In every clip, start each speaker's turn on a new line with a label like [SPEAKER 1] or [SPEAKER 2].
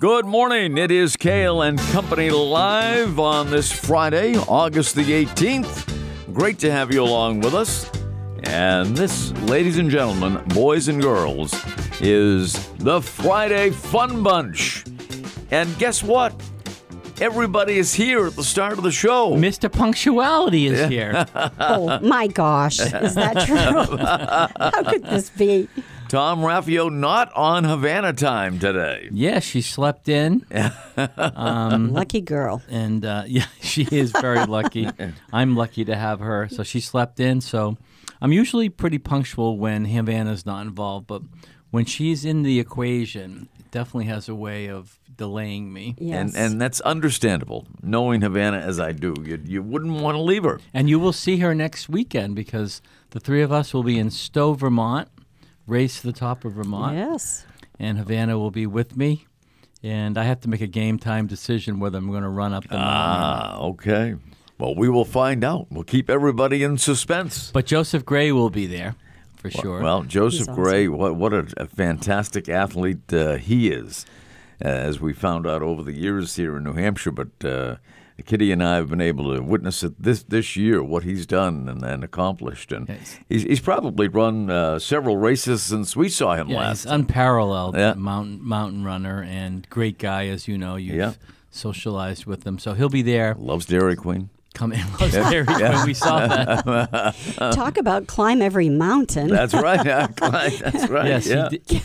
[SPEAKER 1] Good morning. It is Kale and Company live on this Friday, August the 18th. Great to have you along with us. And this, ladies and gentlemen, boys and girls, is the Friday Fun Bunch. And guess what? Everybody is here at the start of the show.
[SPEAKER 2] Mr. Punctuality is here.
[SPEAKER 3] Oh my gosh, is that true? How could this be?
[SPEAKER 1] Tom Raffio not on Havana time today.
[SPEAKER 2] yeah, she slept in,
[SPEAKER 1] Um,
[SPEAKER 3] Lucky girl.
[SPEAKER 2] and uh, yeah, she is very lucky. I'm lucky to have her. So she slept in. So I'm usually pretty punctual when Havana's not involved, but when she's in the equation, it definitely has a way of delaying me.
[SPEAKER 3] Yes.
[SPEAKER 1] And and that's understandable. Knowing Havana as I do, you, you wouldn't want to leave her.
[SPEAKER 2] And you will see her next weekend because the three of us will be in Stowe, Vermont, race to the top of Vermont.
[SPEAKER 3] yes.
[SPEAKER 2] and Havana will be with me. And I have to make a game time decision whether I'm going to run up the
[SPEAKER 1] Ah,
[SPEAKER 2] mountain.
[SPEAKER 1] okay. Well, we will find out. We'll keep everybody in suspense.
[SPEAKER 2] But Joseph Gray will be there for sure.
[SPEAKER 1] Well, Joseph
[SPEAKER 3] He's awesome.
[SPEAKER 1] Gray, what what a, a fantastic athlete uh, he is, uh, as we found out over the years here in New Hampshire. But uh, Kitty and I have been able to witness it this this year what he's done and, and accomplished, and
[SPEAKER 2] Yes.
[SPEAKER 1] he's, he's probably run uh, several races since we saw him
[SPEAKER 2] yeah,
[SPEAKER 1] last.
[SPEAKER 2] he's unparalleled
[SPEAKER 1] Yeah.
[SPEAKER 2] mountain mountain runner and great guy, as you know. You've
[SPEAKER 1] Yeah.
[SPEAKER 2] socialized with him, so he'll be there.
[SPEAKER 1] Loves Dairy Queen.
[SPEAKER 2] Come in, there he- when we saw that.
[SPEAKER 1] uh,
[SPEAKER 3] Talk about climb every mountain.
[SPEAKER 1] That's right. Yeah, Clyde, That's right.
[SPEAKER 2] Yes,
[SPEAKER 1] yeah.
[SPEAKER 2] he, did,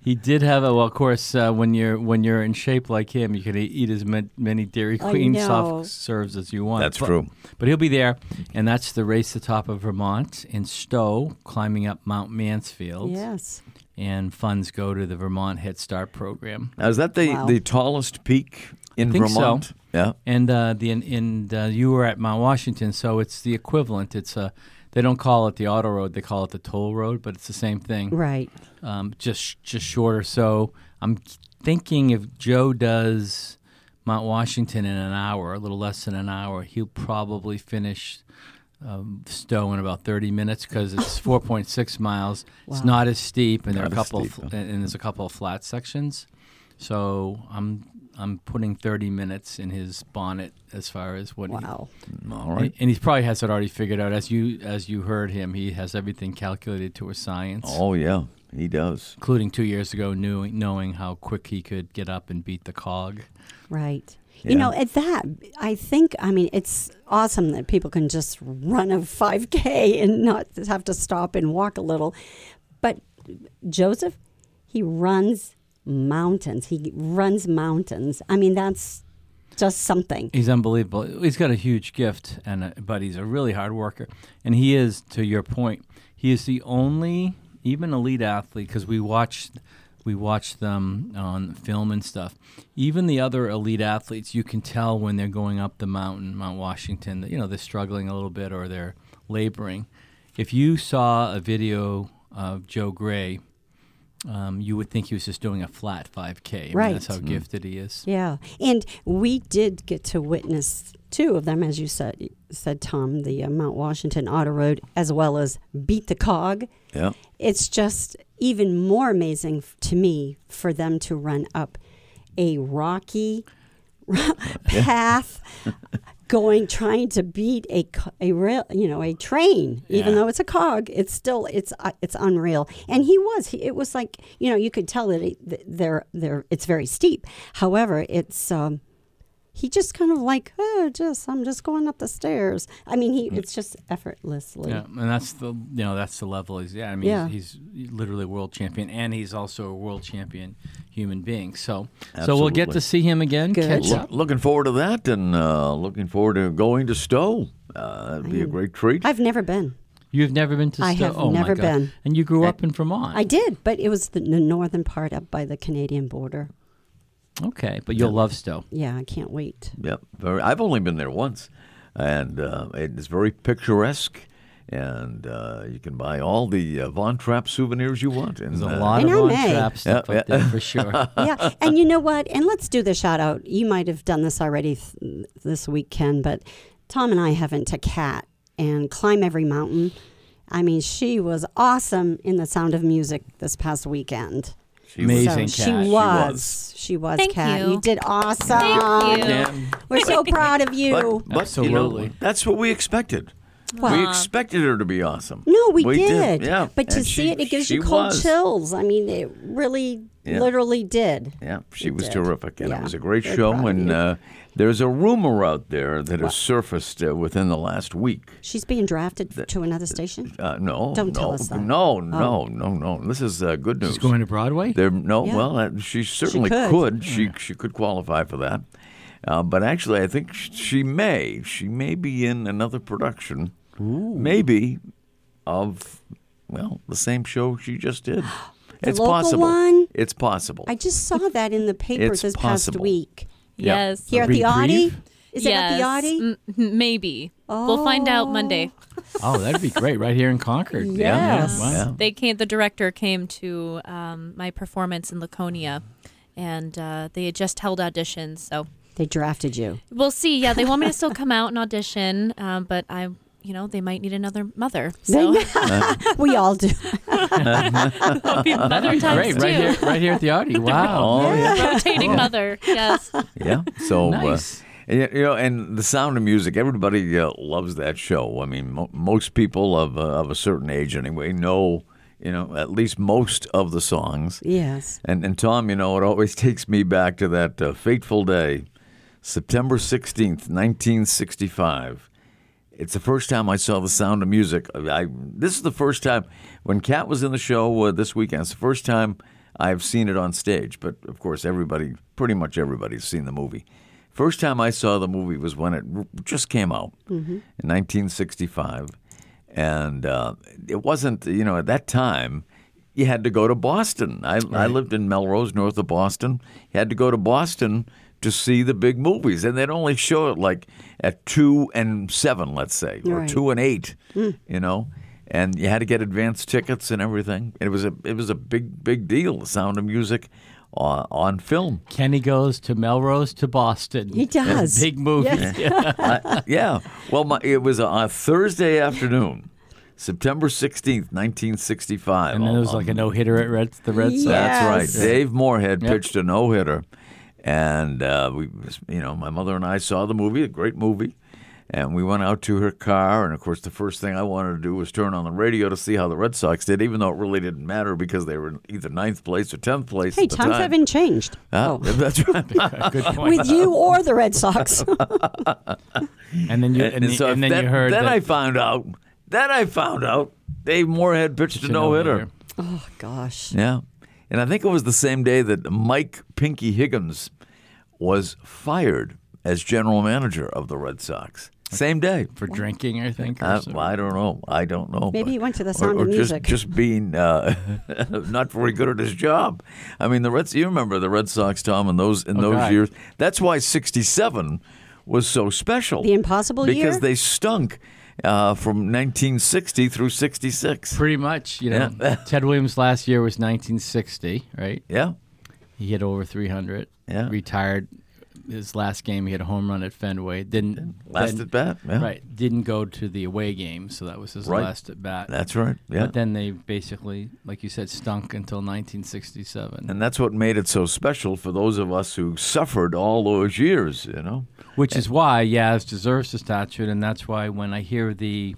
[SPEAKER 2] he did have a. Well, of course, uh, when you're when you're in shape like him, you can e- eat as ma- many Dairy
[SPEAKER 3] I
[SPEAKER 2] Queen
[SPEAKER 3] know.
[SPEAKER 2] soft serves as you want.
[SPEAKER 1] That's
[SPEAKER 2] But-
[SPEAKER 1] true.
[SPEAKER 2] But he'll be there, and that's the race to the top of Vermont in Stowe, climbing up Mount Mansfield.
[SPEAKER 3] yes.
[SPEAKER 2] And funds go to the Vermont Head Start program.
[SPEAKER 1] Now, is that the,
[SPEAKER 3] Wow.
[SPEAKER 1] the tallest peak in
[SPEAKER 2] think so.
[SPEAKER 1] Vermont? Yeah.
[SPEAKER 2] And uh, the in, in uh, you were at Mount Washington, so it's the equivalent. It's a they don't call it the auto road; they call it the toll road, but it's the same thing.
[SPEAKER 3] Right.
[SPEAKER 2] um, just just shorter. So I'm thinking if Joe does Mount Washington in an hour, a little less than an hour, he'll probably finish um, Stowe in about 30 minutes because it's 4.6 miles. It's not as steep, and there
[SPEAKER 1] Not
[SPEAKER 2] are a
[SPEAKER 1] as
[SPEAKER 2] couple
[SPEAKER 1] steep,
[SPEAKER 2] fl- and and there's a couple of flat sections. So I'm I'm putting 30 minutes in his bonnet as far as what he,
[SPEAKER 3] Wow.
[SPEAKER 1] All right.
[SPEAKER 2] and he probably has it already figured out. As you as you heard him, he has everything calculated to a science
[SPEAKER 1] Oh, yeah. He does.
[SPEAKER 2] including two years ago, knew, knowing how quick he could get up and beat the cog.
[SPEAKER 3] Right.
[SPEAKER 1] Yeah.
[SPEAKER 3] You know, at that, I think, I mean, it's awesome that people can just run a 5K and not have to stop and walk a little. But Joseph, he runs mountains. He runs mountains. I mean, that's just something.
[SPEAKER 2] He's unbelievable. He's got a huge gift, and a, but he's a really hard worker. And he is, to your point, he is the only, even elite athlete, because we watched, we watched them on film and stuff. Even the other elite athletes, you can tell when they're going up the mountain, Mount Washington, that you know they're struggling a little bit or they're laboring. If you saw a video of Joe Gray, um, you would think he was just doing a flat 5K. I mean,
[SPEAKER 3] Right.
[SPEAKER 2] that's how gifted he is.
[SPEAKER 3] Yeah, and we did get to witness two of them, as you said, said Tom, the uh, Mount Washington Auto Road, as well as Beat the Cog.
[SPEAKER 1] Yeah.
[SPEAKER 3] It's just even more amazing f- to me for them to run up a rocky path, going trying to beat a co- a rail, you know, a train. Even
[SPEAKER 2] Yeah.
[SPEAKER 3] though it's a cog, it's still it's uh, it's unreal. And he was. He, it was like you know you could tell that it, th- they're they're it's very steep. However, it's. Um, he just kind of like, oh, just I'm just going up the stairs. I mean, he it's just effortlessly.
[SPEAKER 2] Mm. Yeah, and that's the you know that's the level he's at. I mean,
[SPEAKER 3] Yeah.
[SPEAKER 2] he's, he's literally a world champion, and he's also a world champion human being. So, so we'll get
[SPEAKER 1] Absolutely.
[SPEAKER 2] to see him again.
[SPEAKER 3] Good.
[SPEAKER 2] Catch
[SPEAKER 1] Look,
[SPEAKER 2] up.
[SPEAKER 1] looking forward to that and uh, looking forward to going to Stowe. Uh, that'd be a great treat.
[SPEAKER 3] I've never been.
[SPEAKER 2] You've never been to.
[SPEAKER 3] I
[SPEAKER 2] Sto-
[SPEAKER 3] have
[SPEAKER 2] oh my
[SPEAKER 3] never
[SPEAKER 2] God.
[SPEAKER 3] been.
[SPEAKER 2] And you grew up in Vermont.
[SPEAKER 3] I did, but it was the, the northern part up by the Canadian border.
[SPEAKER 2] okay, but you'll love Stowe.
[SPEAKER 3] Yeah, I can't wait.
[SPEAKER 1] Yep. Very, I've only been there once, and uh, it's very picturesque. And uh, you can buy all the uh, Von Trapp souvenirs you want. And,
[SPEAKER 2] There's a
[SPEAKER 1] uh,
[SPEAKER 2] lot
[SPEAKER 3] And
[SPEAKER 2] of
[SPEAKER 3] I
[SPEAKER 2] on
[SPEAKER 3] may.
[SPEAKER 2] trap stuff
[SPEAKER 1] Yeah,
[SPEAKER 2] up there for sure.
[SPEAKER 3] yeah, and you know what? And let's do the shout out. You might have done this already th- this weekend, but Tom and I haven't to Cat and climb every mountain. I mean, she was awesome in The Sound of Music this past weekend.
[SPEAKER 1] She was-
[SPEAKER 2] Amazing Kat.
[SPEAKER 3] so She
[SPEAKER 2] She
[SPEAKER 3] was. She was. she was,
[SPEAKER 4] Thank
[SPEAKER 3] Kat.
[SPEAKER 4] you.
[SPEAKER 3] did awesome.
[SPEAKER 4] Thank you.
[SPEAKER 1] Yeah.
[SPEAKER 3] We're so proud of you.
[SPEAKER 1] But, but You
[SPEAKER 2] Absolutely.
[SPEAKER 1] know, that's what we expected. we expected her to be awesome.
[SPEAKER 3] No, we,
[SPEAKER 1] did.
[SPEAKER 3] did.
[SPEAKER 1] Yeah.
[SPEAKER 3] But to
[SPEAKER 1] And
[SPEAKER 3] see
[SPEAKER 1] she-
[SPEAKER 3] it, it gives
[SPEAKER 1] she
[SPEAKER 3] you cold
[SPEAKER 1] was.
[SPEAKER 3] chills. I mean, it really,
[SPEAKER 1] Yeah.
[SPEAKER 3] literally did.
[SPEAKER 1] Yeah, she
[SPEAKER 3] It
[SPEAKER 1] was
[SPEAKER 3] did.
[SPEAKER 1] terrific, and it
[SPEAKER 3] Yeah.
[SPEAKER 1] was a great
[SPEAKER 3] Very
[SPEAKER 1] show.
[SPEAKER 3] proud of
[SPEAKER 1] And
[SPEAKER 3] you.
[SPEAKER 1] uh, there's a rumor out there that has surfaced uh, within the last week.
[SPEAKER 3] She's being drafted to another station.
[SPEAKER 1] Uh, no,
[SPEAKER 3] Don't
[SPEAKER 1] no,
[SPEAKER 3] tell us that. Oh.
[SPEAKER 1] no, no, no, no. This is uh, good news.
[SPEAKER 2] She's going to Broadway.
[SPEAKER 1] There, no,
[SPEAKER 3] Yeah.
[SPEAKER 1] well, uh, she certainly
[SPEAKER 3] could.
[SPEAKER 1] could. She she could qualify for that, uh, but actually, I think sh- she may. She may be in another production, maybe of well the same show she just did.
[SPEAKER 3] The
[SPEAKER 1] it's
[SPEAKER 3] local
[SPEAKER 1] possible.
[SPEAKER 3] one?
[SPEAKER 1] It's possible.
[SPEAKER 3] I just saw that in the paper
[SPEAKER 1] It's
[SPEAKER 3] this
[SPEAKER 1] possible.
[SPEAKER 3] past week.
[SPEAKER 1] Yeah.
[SPEAKER 4] Yes.
[SPEAKER 3] Here at the
[SPEAKER 2] Reprieve?
[SPEAKER 3] Audi? Is it at the Audi?
[SPEAKER 4] M- m- maybe. We'll find out Monday.
[SPEAKER 2] Oh, that'd be great right here in Concord.
[SPEAKER 3] Yes.
[SPEAKER 2] Yeah.
[SPEAKER 1] Yeah.
[SPEAKER 2] Wow.
[SPEAKER 4] They came. The director came to um, my performance in Laconia, and uh, they had just held auditions. So
[SPEAKER 3] They drafted you.
[SPEAKER 4] we'll see. Yeah, they want me to still come out and audition, um, but I, you know, they might need another mother. So
[SPEAKER 1] Uh-huh.
[SPEAKER 3] we all do.
[SPEAKER 4] mother
[SPEAKER 2] That'd be great
[SPEAKER 4] times
[SPEAKER 2] right
[SPEAKER 4] two.
[SPEAKER 2] here, right here at the Audi. Wow.
[SPEAKER 1] Oh yeah.
[SPEAKER 4] Rotating mother. Yes.
[SPEAKER 1] Yeah.
[SPEAKER 3] Oh.
[SPEAKER 1] So
[SPEAKER 2] Nice.
[SPEAKER 1] uh, and, you know, and the Sound of Music. Everybody uh, loves that show. I mean, mo- most people of uh, of a certain age, anyway, know you know at least most of the songs.
[SPEAKER 3] Yes.
[SPEAKER 1] And and Tom, you know, it always takes me back to that uh, fateful day, September sixteenth, nineteen sixty five. It's the first time I saw The Sound of Music. I this is the first time when Kat was in the show uh, this weekend. It's the first time I've seen it on stage. But of course, everybody, pretty much everybody's seen the movie. First time I saw the movie was when it r- just came out in 1965, and uh, it wasn't. You know, at that time, you had to go to Boston. I, I lived in Melrose, north of Boston. You had to go to Boston to see the big movies, and they'd only show it like at two and seven, let's say, or
[SPEAKER 3] Right.
[SPEAKER 1] two and eight.
[SPEAKER 2] Hmm.
[SPEAKER 1] You know, and you had to get advance tickets and everything. It was a it was a big big deal. The Sound of Music uh, on film.
[SPEAKER 2] Kenny goes to Melrose to Boston.
[SPEAKER 3] He does.
[SPEAKER 2] Big movie.
[SPEAKER 1] I- yeah. Well, my, it was on Thursday afternoon, September sixteenth, nineteen sixty-five.
[SPEAKER 2] And then there was
[SPEAKER 1] um,
[SPEAKER 2] like a no hitter at Red, the Red Sox.
[SPEAKER 1] That's
[SPEAKER 3] Yes.
[SPEAKER 1] right. Dave Moorhead pitched a no hitter, and uh, we, you know, my mother and I saw the movie, a great movie, and we went out to her car. And of course, the first thing I wanted to do was turn on the radio to see how the Red Sox did, even though it really didn't matter because they were in either ninth place or tenth place.
[SPEAKER 3] Hey,
[SPEAKER 1] at the
[SPEAKER 3] times
[SPEAKER 1] time. Ah,
[SPEAKER 3] haven't changed. Oh.
[SPEAKER 1] Huh? That's right.
[SPEAKER 2] Good point.
[SPEAKER 3] With you or the Red Sox.
[SPEAKER 2] and then you and,
[SPEAKER 1] and,
[SPEAKER 2] the-
[SPEAKER 1] so
[SPEAKER 2] and then
[SPEAKER 1] that-
[SPEAKER 2] you heard
[SPEAKER 1] Then
[SPEAKER 2] that
[SPEAKER 1] I found out. Then I found out Dave Moorhead pitched a no hitter.
[SPEAKER 3] oh, gosh.
[SPEAKER 1] Yeah. And I think it was the same day that Mike Pinky Higgins was fired as general manager of the Red Sox. Same day.
[SPEAKER 2] for drinking, I think. or
[SPEAKER 1] I,
[SPEAKER 2] something.
[SPEAKER 1] I don't know. I don't know.
[SPEAKER 3] Maybe
[SPEAKER 1] but-
[SPEAKER 3] he went to the
[SPEAKER 1] or-
[SPEAKER 3] Sound
[SPEAKER 1] or
[SPEAKER 3] of
[SPEAKER 1] just-
[SPEAKER 3] Music.
[SPEAKER 1] Just, being uh, not very good at his job. I mean, the Reds. You remember the Red Sox, Tom, in those in those
[SPEAKER 2] Oh, God.
[SPEAKER 1] years. That's why '67 was so special.
[SPEAKER 3] The impossible
[SPEAKER 1] because
[SPEAKER 3] year?
[SPEAKER 1] they stunk uh, from 1960 through '66.
[SPEAKER 2] Pretty much, you know.
[SPEAKER 1] Yeah.
[SPEAKER 2] Ted Williams last year was 1960, right?
[SPEAKER 1] Yeah.
[SPEAKER 2] He hit over 300.
[SPEAKER 1] Yeah.
[SPEAKER 2] Retired. His last game, he had a home run at Fenway. Didn't
[SPEAKER 1] Last
[SPEAKER 2] then-
[SPEAKER 1] at bat. Yeah.
[SPEAKER 2] Right. Didn't go to the away game, so that was his
[SPEAKER 1] Right.
[SPEAKER 2] last at bat.
[SPEAKER 1] That's right. Yeah.
[SPEAKER 2] But then they basically, like you said, stunk until 1967,
[SPEAKER 1] And that's what made it so special for those of us who suffered all those years, you know?
[SPEAKER 2] which is why Yaz deserves the statute, and that's why when I hear the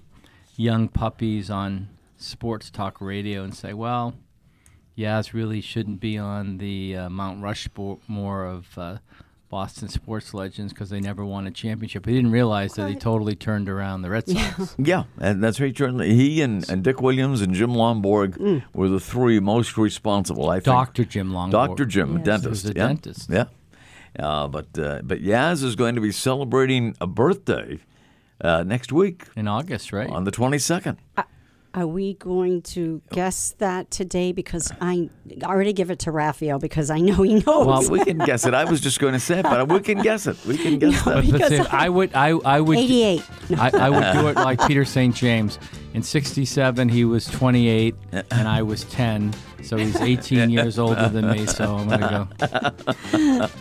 [SPEAKER 2] young puppies on sports talk radio and say, "Well, Yaz really shouldn't be on the uh, Mount Rushmore of uh, Boston sports legends because they never won a championship," they didn't realize that he totally turned around the Red Sox.
[SPEAKER 1] Yeah, and that's right. Certainly, he and, and Dick Williams and Jim Lomborg were the three most responsible. I think
[SPEAKER 2] Mm. Doctor Jim Long.
[SPEAKER 1] Doctor Jim, a dentist.
[SPEAKER 2] He was a
[SPEAKER 1] yeah.
[SPEAKER 2] dentist.
[SPEAKER 1] Yeah, uh, but uh, but Yaz is going to be celebrating a birthday uh, next week
[SPEAKER 2] in August, right?
[SPEAKER 1] on the twenty second.
[SPEAKER 3] Are we going to guess that today? Because I already give it to Raphael because I know he knows.
[SPEAKER 1] Well, we can guess it. I was just going to say it, but we can guess it. We can guess
[SPEAKER 2] But,
[SPEAKER 1] that.
[SPEAKER 2] but
[SPEAKER 3] Because
[SPEAKER 2] see, I would, I, I would,
[SPEAKER 3] 88.
[SPEAKER 2] I, I would do it like Peter St. James. In '67, he was 28, and I was 10, so he's 18 years older than me. So I'm gonna go.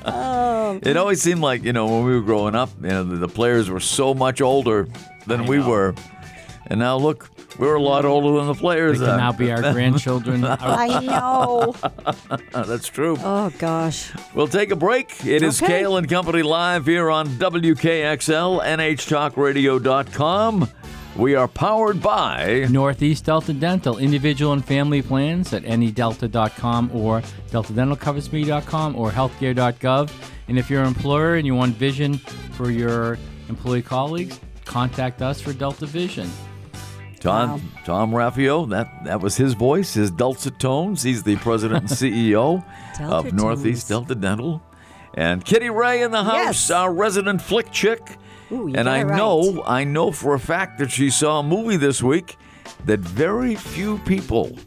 [SPEAKER 3] Um,
[SPEAKER 1] It always seemed like you know when we were growing up, you know the, the players were so much older than we were. And now look, we're a lot older than the
[SPEAKER 2] They
[SPEAKER 1] players. uh,
[SPEAKER 2] can
[SPEAKER 1] are.
[SPEAKER 2] now be our grandchildren. Our-
[SPEAKER 3] I know.
[SPEAKER 1] uh, That's true.
[SPEAKER 3] Oh gosh.
[SPEAKER 1] We'll take a break. It is
[SPEAKER 3] Okay.
[SPEAKER 1] Kale and Company live here on WKXL, NHTalkRadio.com. We are powered by.
[SPEAKER 2] Northeast Delta Dental, individual and family plans at anydelta.com or deltadentalcoversme.com or healthcare.gov. And if you're an employer and you want vision for your employee colleagues, contact us for Delta Vision.
[SPEAKER 1] Tom
[SPEAKER 3] Wow.
[SPEAKER 1] Tom Raffio, that that was his voice, his dulcet tones. He's the president and CEO of
[SPEAKER 3] Delta
[SPEAKER 1] Northeast
[SPEAKER 3] tones.
[SPEAKER 1] Delta Dental. And Kitty Ray in the house,
[SPEAKER 3] Yes.
[SPEAKER 1] our resident flick chick.
[SPEAKER 3] Ooh,
[SPEAKER 1] and
[SPEAKER 3] you got
[SPEAKER 1] I
[SPEAKER 3] it right.
[SPEAKER 1] know, I know for a fact that she saw a movie this week that very few people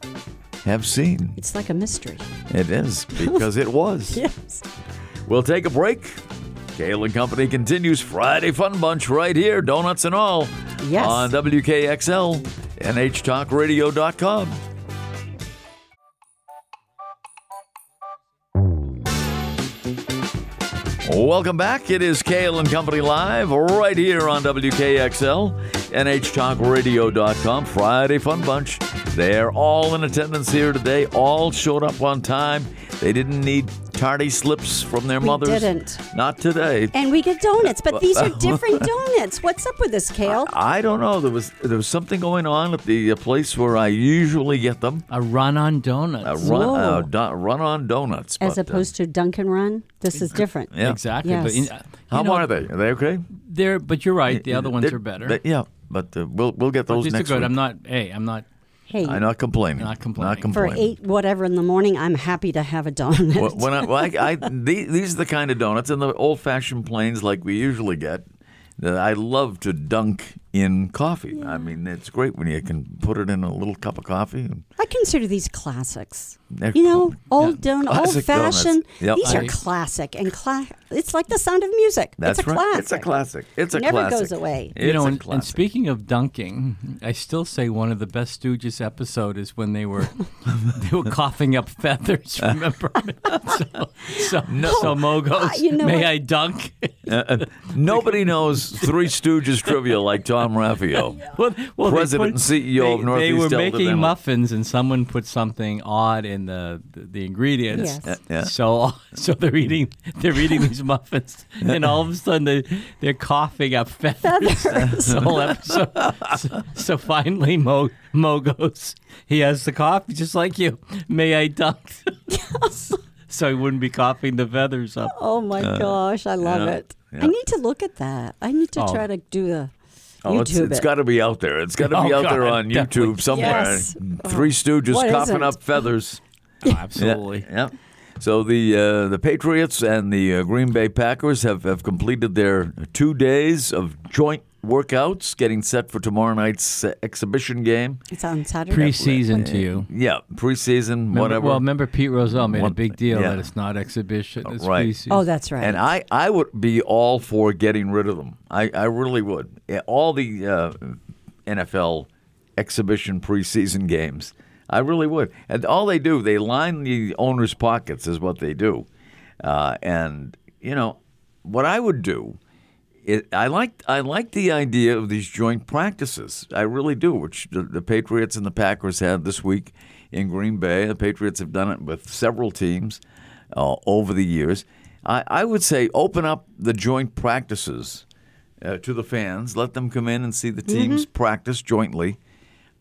[SPEAKER 1] have seen.
[SPEAKER 3] It's like a mystery.
[SPEAKER 1] It is because it was.
[SPEAKER 3] Yes.
[SPEAKER 1] We'll take a break. Kale and Company continues Friday Fun Bunch right here, donuts and all,
[SPEAKER 3] Yes.
[SPEAKER 1] on WKXL, NHTalkRadio.com. Welcome back. It is Kale and Company Live right here on WKXL, NHTalkRadio.com, Friday Fun Bunch. They're all in attendance here today, all showed up on time. They didn't need tardy slips from their
[SPEAKER 3] We
[SPEAKER 1] mothers.
[SPEAKER 3] didn't.
[SPEAKER 1] Not today.
[SPEAKER 3] And we get donuts, but these are different donuts. What's up with this, Kale?
[SPEAKER 1] I don't know. There was there was something going on at the uh, place where I usually get them.
[SPEAKER 2] A run on donuts.
[SPEAKER 1] A run, uh,
[SPEAKER 3] Whoa.
[SPEAKER 1] do, run on donuts.
[SPEAKER 3] As
[SPEAKER 1] but, uh,
[SPEAKER 3] opposed to Dunkin' Run, this is different.
[SPEAKER 1] yeah.
[SPEAKER 2] Exactly. But
[SPEAKER 3] Yes.
[SPEAKER 2] in, you
[SPEAKER 1] How
[SPEAKER 2] know,
[SPEAKER 1] are they? Are they okay?
[SPEAKER 2] they're but you're right. The other ones
[SPEAKER 1] They're-
[SPEAKER 2] are better.
[SPEAKER 1] they- yeah, but uh, we'll we'll get
[SPEAKER 2] But
[SPEAKER 1] those
[SPEAKER 2] these are
[SPEAKER 1] next
[SPEAKER 2] good.
[SPEAKER 1] week.
[SPEAKER 2] I'm not. Hey, I'm not.
[SPEAKER 3] Hey,
[SPEAKER 1] I'm not complaining.
[SPEAKER 2] Not complaining.
[SPEAKER 1] Not
[SPEAKER 3] for
[SPEAKER 1] complaining.
[SPEAKER 3] eight whatever in the morning, I'm happy to have a donut.
[SPEAKER 1] Well, when I, well, I, I these, these are the kind of donuts and the old fashioned planes like we usually get. That I love to dunk in coffee. I mean, it's great when you can put it in a little cup of coffee. And
[SPEAKER 3] I consider these classics.
[SPEAKER 1] They're
[SPEAKER 3] you know,
[SPEAKER 1] cl-
[SPEAKER 3] old don,
[SPEAKER 1] classic
[SPEAKER 3] old fashioned.
[SPEAKER 1] donuts. Yep.
[SPEAKER 3] These are
[SPEAKER 2] Right.
[SPEAKER 3] classic and cla- It's like the sound of music.
[SPEAKER 1] that's
[SPEAKER 3] it's a
[SPEAKER 1] right.
[SPEAKER 3] classic.
[SPEAKER 1] It's a classic. It's a
[SPEAKER 3] Never
[SPEAKER 1] classic.
[SPEAKER 3] goes away.
[SPEAKER 1] It's
[SPEAKER 2] you know,
[SPEAKER 1] a
[SPEAKER 2] and, and
[SPEAKER 1] classic.
[SPEAKER 2] speaking of dunking, I still say one of the best Stooges episode is when they were they were coughing up feathers. Remember? so, so, so Mo goes,
[SPEAKER 3] Uh, you know
[SPEAKER 2] "May
[SPEAKER 3] what?
[SPEAKER 2] I dunk?"
[SPEAKER 1] Uh, Nobody knows Three Stooges trivia like Tom Raffio.
[SPEAKER 2] well, well, they
[SPEAKER 1] President and CEO of
[SPEAKER 2] they- They
[SPEAKER 1] Northeast
[SPEAKER 2] were
[SPEAKER 1] Delta
[SPEAKER 2] making
[SPEAKER 1] Dental.
[SPEAKER 2] muffins, and someone put something odd in the the, the ingredients.
[SPEAKER 3] Yes.
[SPEAKER 1] Yeah, Mm-hmm. yeah.
[SPEAKER 2] So so they're eating they're eating these muffins, and all of a sudden they they're coughing up feathers.
[SPEAKER 3] Feathers.
[SPEAKER 2] the whole episode. so, so finally, Mo Mo goes. He has the cough, just like you. May I dunk? so he wouldn't be coughing the feathers up.
[SPEAKER 3] Oh my gosh, I love
[SPEAKER 1] Uh, yeah,
[SPEAKER 3] it.
[SPEAKER 1] yeah.
[SPEAKER 3] I need to look at that. I need to
[SPEAKER 2] Oh.
[SPEAKER 3] try to do the
[SPEAKER 1] Oh,
[SPEAKER 3] YouTube
[SPEAKER 1] it's, it's
[SPEAKER 3] it.
[SPEAKER 1] got to be out there. It's got to be
[SPEAKER 2] Oh,
[SPEAKER 1] out there
[SPEAKER 2] God,
[SPEAKER 1] on
[SPEAKER 2] definitely.
[SPEAKER 1] YouTube somewhere.
[SPEAKER 3] Yes.
[SPEAKER 1] Three Stooges
[SPEAKER 3] What is
[SPEAKER 1] coughing
[SPEAKER 3] it?
[SPEAKER 1] up feathers.
[SPEAKER 2] absolutely.
[SPEAKER 1] Yeah. yeah. So the uh, the Patriots and the uh, Green Bay Packers have, have completed their two days of joint workouts, getting set for tomorrow night's uh, exhibition game.
[SPEAKER 3] it's on Saturday.
[SPEAKER 2] Preseason to you.
[SPEAKER 1] Yeah, preseason,
[SPEAKER 2] Remember-
[SPEAKER 1] whatever.
[SPEAKER 2] Well, remember Pete Rozelle made
[SPEAKER 1] One-
[SPEAKER 2] a big deal
[SPEAKER 1] yeah.
[SPEAKER 2] that it's not exhibition. It's
[SPEAKER 1] Right.
[SPEAKER 2] preseason.
[SPEAKER 3] oh, that's right.
[SPEAKER 1] And I, I would be all for getting rid of them. I, I really would. Yeah, All the uh, NFL exhibition preseason games, I really would. And all they do, they line the owner's pockets, is what they do. Uh, and you know, what I would do, it, I like I like the idea of these joint practices. I really do, which the, the Patriots and the Packers had this week in Green Bay. The Patriots have done it with several teams uh, over the years. I, I would say open up the joint practices uh, to the fans. Let them come in and see the teams practice jointly,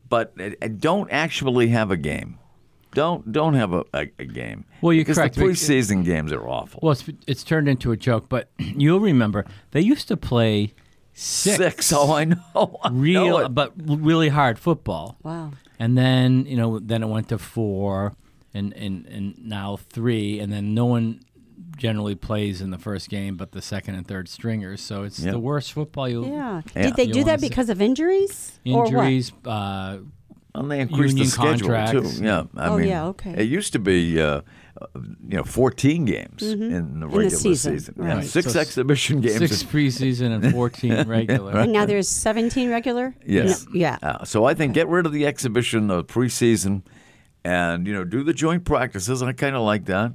[SPEAKER 1] but uh, uh, don't actually have a game. Don't don't have a, a, a game.
[SPEAKER 2] Well, you're
[SPEAKER 1] because
[SPEAKER 2] correct,
[SPEAKER 1] The
[SPEAKER 2] Vic.
[SPEAKER 1] preseason games are awful.
[SPEAKER 2] Well, it's, it's turned into a joke, but you'll remember they used to play six,
[SPEAKER 1] Six. Oh, I know. I know
[SPEAKER 2] real,
[SPEAKER 1] it.
[SPEAKER 2] but really hard football.
[SPEAKER 3] wow.
[SPEAKER 2] And then you know, then it went to four, and and and now three, and then no one generally plays in the first game, but the second and third stringers. So it's
[SPEAKER 1] Yeah.
[SPEAKER 2] the worst football you'll.
[SPEAKER 3] Yeah.
[SPEAKER 1] Yeah.
[SPEAKER 3] Did they
[SPEAKER 2] You
[SPEAKER 3] do
[SPEAKER 2] wanna
[SPEAKER 3] that
[SPEAKER 2] see-
[SPEAKER 3] because of injuries?
[SPEAKER 2] Injuries, uh,
[SPEAKER 1] And they increased the
[SPEAKER 2] Union
[SPEAKER 1] schedule
[SPEAKER 2] contracts.
[SPEAKER 1] too. Yeah, I
[SPEAKER 3] Oh,
[SPEAKER 1] mean,
[SPEAKER 3] yeah, okay.
[SPEAKER 1] It used to be, uh, you know, fourteen games in the regular
[SPEAKER 3] Mm-hmm. season,
[SPEAKER 1] Yeah,
[SPEAKER 3] right.
[SPEAKER 1] six
[SPEAKER 2] So s-
[SPEAKER 1] exhibition games.
[SPEAKER 2] six preseason and fourteen regular.
[SPEAKER 3] Or what? And now there's 17 regular?
[SPEAKER 1] Yes.
[SPEAKER 3] No, yeah.
[SPEAKER 1] Uh, so I think get rid of the exhibition, the preseason, and you know do the joint practices. I kind of like
[SPEAKER 3] Hmm.
[SPEAKER 1] that,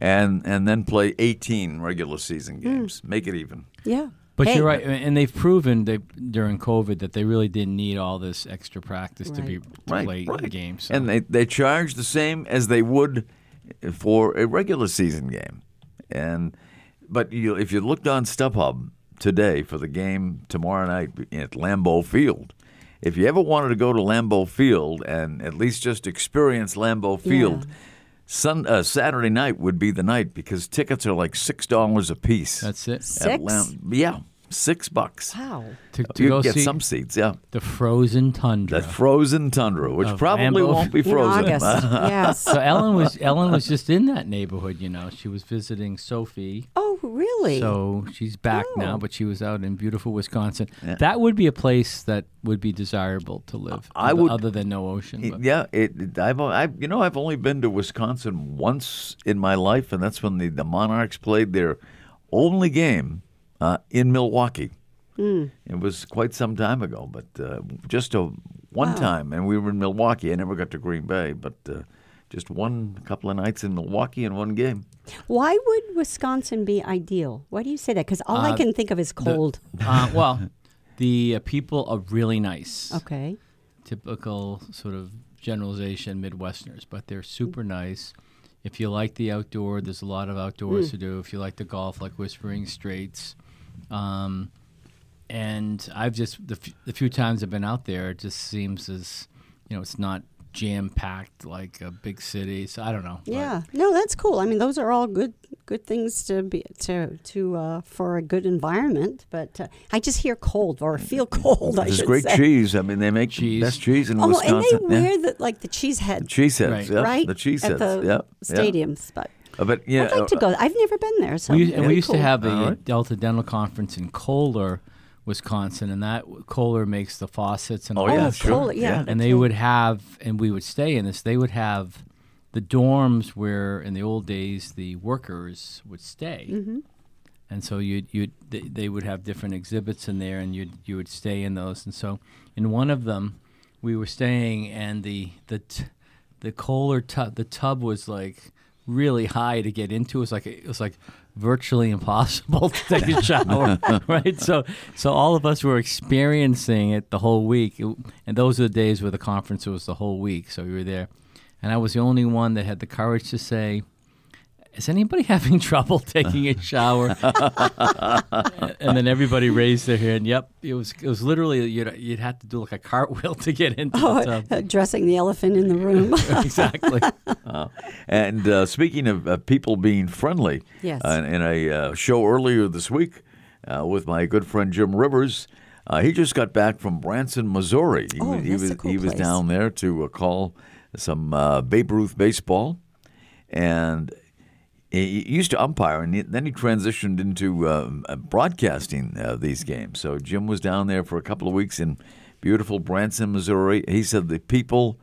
[SPEAKER 1] and and then play eighteen regular season games. Make it even.
[SPEAKER 3] yeah.
[SPEAKER 2] But
[SPEAKER 3] Hey.
[SPEAKER 2] you're right, and and they've proven they during COVID that they really didn't need all this extra practice to be to
[SPEAKER 1] right,
[SPEAKER 2] play
[SPEAKER 1] right.
[SPEAKER 2] games. so.
[SPEAKER 1] And they, they charge the same as they would for a regular season game. And but you, if you looked on StubHub today for the game tomorrow night at Lambeau Field, if you ever wanted to go to Lambeau Field and at least just experience Lambeau Field, sun, uh, Saturday night would be the night because tickets are like six dollars a piece.
[SPEAKER 2] that's it.
[SPEAKER 3] Six?
[SPEAKER 1] at Lam- yeah, six bucks.
[SPEAKER 3] Wow.
[SPEAKER 2] To, to
[SPEAKER 1] you
[SPEAKER 2] go
[SPEAKER 1] get
[SPEAKER 2] see
[SPEAKER 1] some seats, yeah.
[SPEAKER 2] the frozen tundra.
[SPEAKER 1] That frozen tundra, which
[SPEAKER 2] Of
[SPEAKER 1] probably
[SPEAKER 2] Lambeau.
[SPEAKER 1] won't be
[SPEAKER 3] In
[SPEAKER 1] frozen.
[SPEAKER 3] August. yes.
[SPEAKER 2] so Ellen was Ellen was just in that neighborhood. You know, she was visiting Sophie.
[SPEAKER 3] Oh, really?
[SPEAKER 2] So she's back now,
[SPEAKER 3] Oh.
[SPEAKER 2] but she was out in beautiful Wisconsin. That would be a place that would be desirable to live.
[SPEAKER 1] I
[SPEAKER 2] other-
[SPEAKER 1] would-
[SPEAKER 2] other than no ocean. But
[SPEAKER 1] Yeah, it, it- I've, o- I've you know I've only been to Wisconsin once in my life, and that's when the, the Monarchs played their only game uh, in Milwaukee.
[SPEAKER 3] Hmm.
[SPEAKER 1] It was quite some time ago, but uh, just a one time, and we were in Milwaukee. I never got to Green Bay, but uh, just one couple of nights in Milwaukee and one game.
[SPEAKER 3] Why would Wisconsin be ideal? Why do you say that? Because all I can think of is cold.
[SPEAKER 2] uh, well, the uh, people are really nice.
[SPEAKER 3] okay.
[SPEAKER 2] typical sort of generalization Midwesterners, but they're super nice. If you like the outdoor, there's a lot of
[SPEAKER 3] Hmm.
[SPEAKER 2] outdoors to do. If you like the golf, like Whispering Straits, um, and I've just the, f- the few times I've been out there, it just seems as you know, it's not jam packed like a big city. So I don't know. but-
[SPEAKER 3] Yeah. No, that's cool. I mean, those are all good good things to be to to uh, for a good environment. But uh, I just hear cold or feel cold. I
[SPEAKER 1] There's
[SPEAKER 3] should
[SPEAKER 1] great
[SPEAKER 3] say.
[SPEAKER 1] cheese. I mean, they make
[SPEAKER 2] Cheese.
[SPEAKER 1] best cheese in
[SPEAKER 3] Oh,
[SPEAKER 1] Wisconsin.
[SPEAKER 3] and they
[SPEAKER 1] yeah.
[SPEAKER 3] wear the like the cheese head,
[SPEAKER 1] cheese heads,
[SPEAKER 2] Right.
[SPEAKER 1] yeah,
[SPEAKER 3] right?
[SPEAKER 1] the cheese
[SPEAKER 3] at
[SPEAKER 1] heads,
[SPEAKER 3] the
[SPEAKER 1] yeah, yeah.
[SPEAKER 3] stadiums. But
[SPEAKER 1] Uh, But yeah,
[SPEAKER 3] I'd like to
[SPEAKER 1] uh,
[SPEAKER 3] go. I've never been there, so
[SPEAKER 2] We used, and we
[SPEAKER 3] very
[SPEAKER 2] used to
[SPEAKER 3] cool.
[SPEAKER 2] have a
[SPEAKER 1] All
[SPEAKER 2] uh,
[SPEAKER 1] right.
[SPEAKER 2] Delta Dental Conference in Kohler, Wisconsin, and that Kohler makes the faucets and
[SPEAKER 1] Oh,
[SPEAKER 2] all
[SPEAKER 1] yeah,
[SPEAKER 3] Oh,
[SPEAKER 1] sure.
[SPEAKER 3] cool. Yeah,
[SPEAKER 1] Yeah.
[SPEAKER 2] and
[SPEAKER 3] that's
[SPEAKER 2] they
[SPEAKER 3] right.
[SPEAKER 2] would have, and we would stay in this. They would have the dorms where, in the old days, the workers would stay,
[SPEAKER 3] Mm-hmm.
[SPEAKER 2] and so you you they would have different exhibits in there, and you you would stay in those. And so, in one of them, we were staying, and the the t- the Kohler tub the tub was like really high to get into. It was like it was like virtually impossible to take a shower, right? So so all of us were experiencing it the whole week, It- and those are the days where the conference was the whole week. So we were there, and I was the only one that had the courage to say. Is anybody having trouble taking a shower? and then everybody raised their hand. Yep, it was it was literally you'd, you'd have to do like a cartwheel to get into the
[SPEAKER 3] Oh,
[SPEAKER 2] tub.
[SPEAKER 3] dressing the elephant in the room.
[SPEAKER 2] exactly.
[SPEAKER 1] And uh, speaking of uh, people being friendly,
[SPEAKER 3] Yes.
[SPEAKER 1] uh, in a uh, show earlier this week uh, with my good friend Jim Rivers, uh, he just got back from Branson, Missouri. He
[SPEAKER 3] Oh,
[SPEAKER 1] was, he
[SPEAKER 3] that's a
[SPEAKER 1] was,
[SPEAKER 3] cool
[SPEAKER 1] he was
[SPEAKER 3] place.
[SPEAKER 1] down there to uh, call some uh, Babe Ruth baseball, and he he used to umpire, and he- then he transitioned into um, uh, broadcasting uh, these games. So Jim was down there for a couple of weeks in beautiful Branson, Missouri. He said the people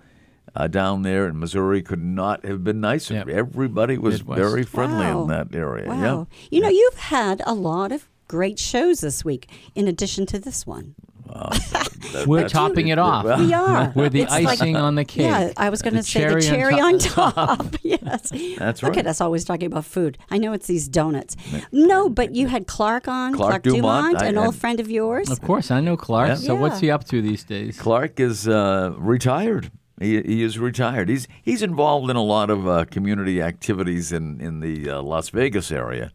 [SPEAKER 1] uh, down there in Missouri could not have been nicer.
[SPEAKER 2] Yep.
[SPEAKER 1] Everybody was
[SPEAKER 2] Midwest.
[SPEAKER 1] very friendly
[SPEAKER 3] Wow.
[SPEAKER 1] in that area.
[SPEAKER 3] Wow. You know, you've had a lot of great shows this week, in addition to this one.
[SPEAKER 1] Yeah, That-
[SPEAKER 2] We're
[SPEAKER 1] that's-
[SPEAKER 2] topping it off.
[SPEAKER 1] Well,
[SPEAKER 3] We are.
[SPEAKER 2] We're the
[SPEAKER 3] It's like-
[SPEAKER 2] icing on the cake.
[SPEAKER 3] Yeah, I was going to say the cherry on top. yes.
[SPEAKER 1] That's
[SPEAKER 3] Look
[SPEAKER 1] right.
[SPEAKER 3] at us always talking about food. I know it's these donuts. No, but you had Clark on,
[SPEAKER 1] Clark
[SPEAKER 3] Clark,
[SPEAKER 1] Dumont,
[SPEAKER 3] Dumont,
[SPEAKER 1] I-
[SPEAKER 3] an old
[SPEAKER 1] I-
[SPEAKER 3] friend of yours.
[SPEAKER 2] Of course, I know Clark.
[SPEAKER 1] Yeah.
[SPEAKER 2] So what's
[SPEAKER 3] Yeah.
[SPEAKER 2] he up to these days?
[SPEAKER 1] Clark is uh, retired. He, he is retired. He's he's involved in a lot of uh, community activities in in the uh, Las Vegas area,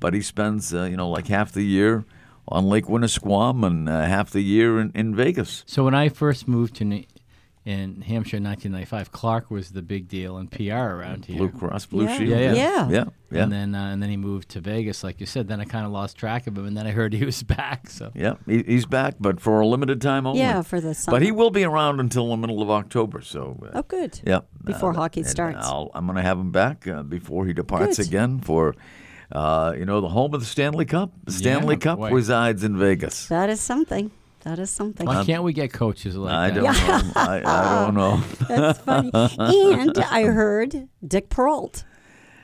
[SPEAKER 1] but he spends uh, you know like half the year on Lake Winnisquam and uh, half the year in, in Vegas.
[SPEAKER 2] So when I first moved to New- in Hampshire in 1995, Clark was the big deal in PR around here.
[SPEAKER 1] Blue Cross Blue
[SPEAKER 3] Yeah.
[SPEAKER 1] Shield.
[SPEAKER 2] Yeah,
[SPEAKER 1] yeah,
[SPEAKER 3] yeah.
[SPEAKER 1] yeah. yeah.
[SPEAKER 2] And then uh, and then he moved to Vegas, like you said. Then I kind of lost track of him, and then I heard he was back. So
[SPEAKER 1] Yeah, he, he's back, but for a limited time only.
[SPEAKER 3] Yeah, for the summer.
[SPEAKER 1] But he will be around until the middle of October. So. Uh,
[SPEAKER 3] Oh, good.
[SPEAKER 1] Yeah.
[SPEAKER 3] Before hockey
[SPEAKER 1] Uh, and
[SPEAKER 3] starts.
[SPEAKER 1] I'll, I'm going to have him back uh, before he departs
[SPEAKER 3] Good.
[SPEAKER 1] again for, uh, you know, the home of the Stanley Cup. The Stanley
[SPEAKER 2] Yeah,
[SPEAKER 1] Cup
[SPEAKER 2] boy.
[SPEAKER 1] resides in Vegas.
[SPEAKER 3] That is something. That is something.
[SPEAKER 2] why can't we get coaches like
[SPEAKER 1] Um, I
[SPEAKER 2] that?
[SPEAKER 1] don't know. I, I don't know.
[SPEAKER 3] That's funny. and I heard Dick Peralt.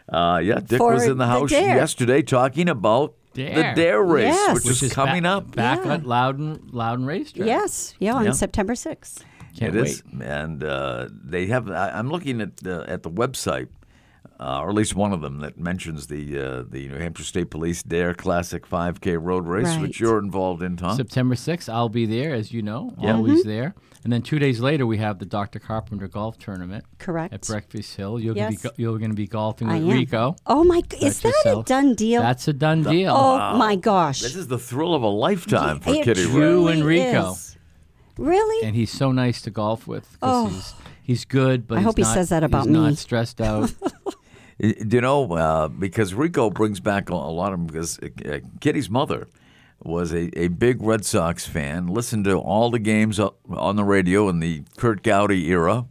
[SPEAKER 1] Uh, yeah, Dick
[SPEAKER 3] For
[SPEAKER 1] was in the
[SPEAKER 3] the
[SPEAKER 1] house
[SPEAKER 3] dare.
[SPEAKER 1] yesterday talking about the
[SPEAKER 2] Dare.
[SPEAKER 1] Dare race,
[SPEAKER 3] Yes.
[SPEAKER 1] which,
[SPEAKER 3] Which
[SPEAKER 1] is,
[SPEAKER 2] Which is
[SPEAKER 1] coming
[SPEAKER 2] ba-
[SPEAKER 1] up.
[SPEAKER 2] back
[SPEAKER 3] Yeah.
[SPEAKER 2] at Loudon Loudon Racetrack.
[SPEAKER 3] Yes. Yeah, on
[SPEAKER 1] Yeah.
[SPEAKER 3] September 6th.
[SPEAKER 2] can't
[SPEAKER 1] It
[SPEAKER 2] wait.
[SPEAKER 1] is, and uh, they have. I, I'm looking at the, at the website uh, or at least one of them that mentions the uh, the New Hampshire State Police Dare Classic 5K road race,
[SPEAKER 3] Right.
[SPEAKER 1] which you're involved in, Tom.
[SPEAKER 2] September 6th, I'll be there, as you know, always
[SPEAKER 3] Mm-hmm.
[SPEAKER 2] there. And then two days later, we have the Dr. Carpenter Golf Tournament at
[SPEAKER 3] Correct.
[SPEAKER 2] Breakfast Hill. You're gonna be
[SPEAKER 3] Yes.
[SPEAKER 2] go- you're going to be golfing
[SPEAKER 3] I
[SPEAKER 2] with
[SPEAKER 3] am.
[SPEAKER 2] Rico.
[SPEAKER 3] Oh my! g-
[SPEAKER 2] That's
[SPEAKER 3] Is that
[SPEAKER 2] yourself.
[SPEAKER 3] a done deal?
[SPEAKER 2] That's a done deal.
[SPEAKER 3] oh my gosh!
[SPEAKER 1] this is the thrill of a lifetime for
[SPEAKER 3] It
[SPEAKER 1] Kitty Ray.
[SPEAKER 2] true. You and
[SPEAKER 3] truly
[SPEAKER 2] Rico.
[SPEAKER 3] is. Really?
[SPEAKER 2] and he's so nice to golf with 'cause
[SPEAKER 3] Oh.
[SPEAKER 2] he's he's good, but
[SPEAKER 3] I
[SPEAKER 2] he's
[SPEAKER 3] hope he
[SPEAKER 2] not-
[SPEAKER 3] says that about
[SPEAKER 2] he's
[SPEAKER 3] me.
[SPEAKER 2] Not stressed out.
[SPEAKER 1] Y- You know, uh, because Rico brings back a, a lot of them because uh, Kitty's mother was a, a big Red Sox fan, listened to all the games o- on the radio in the Kurt Gowdy era,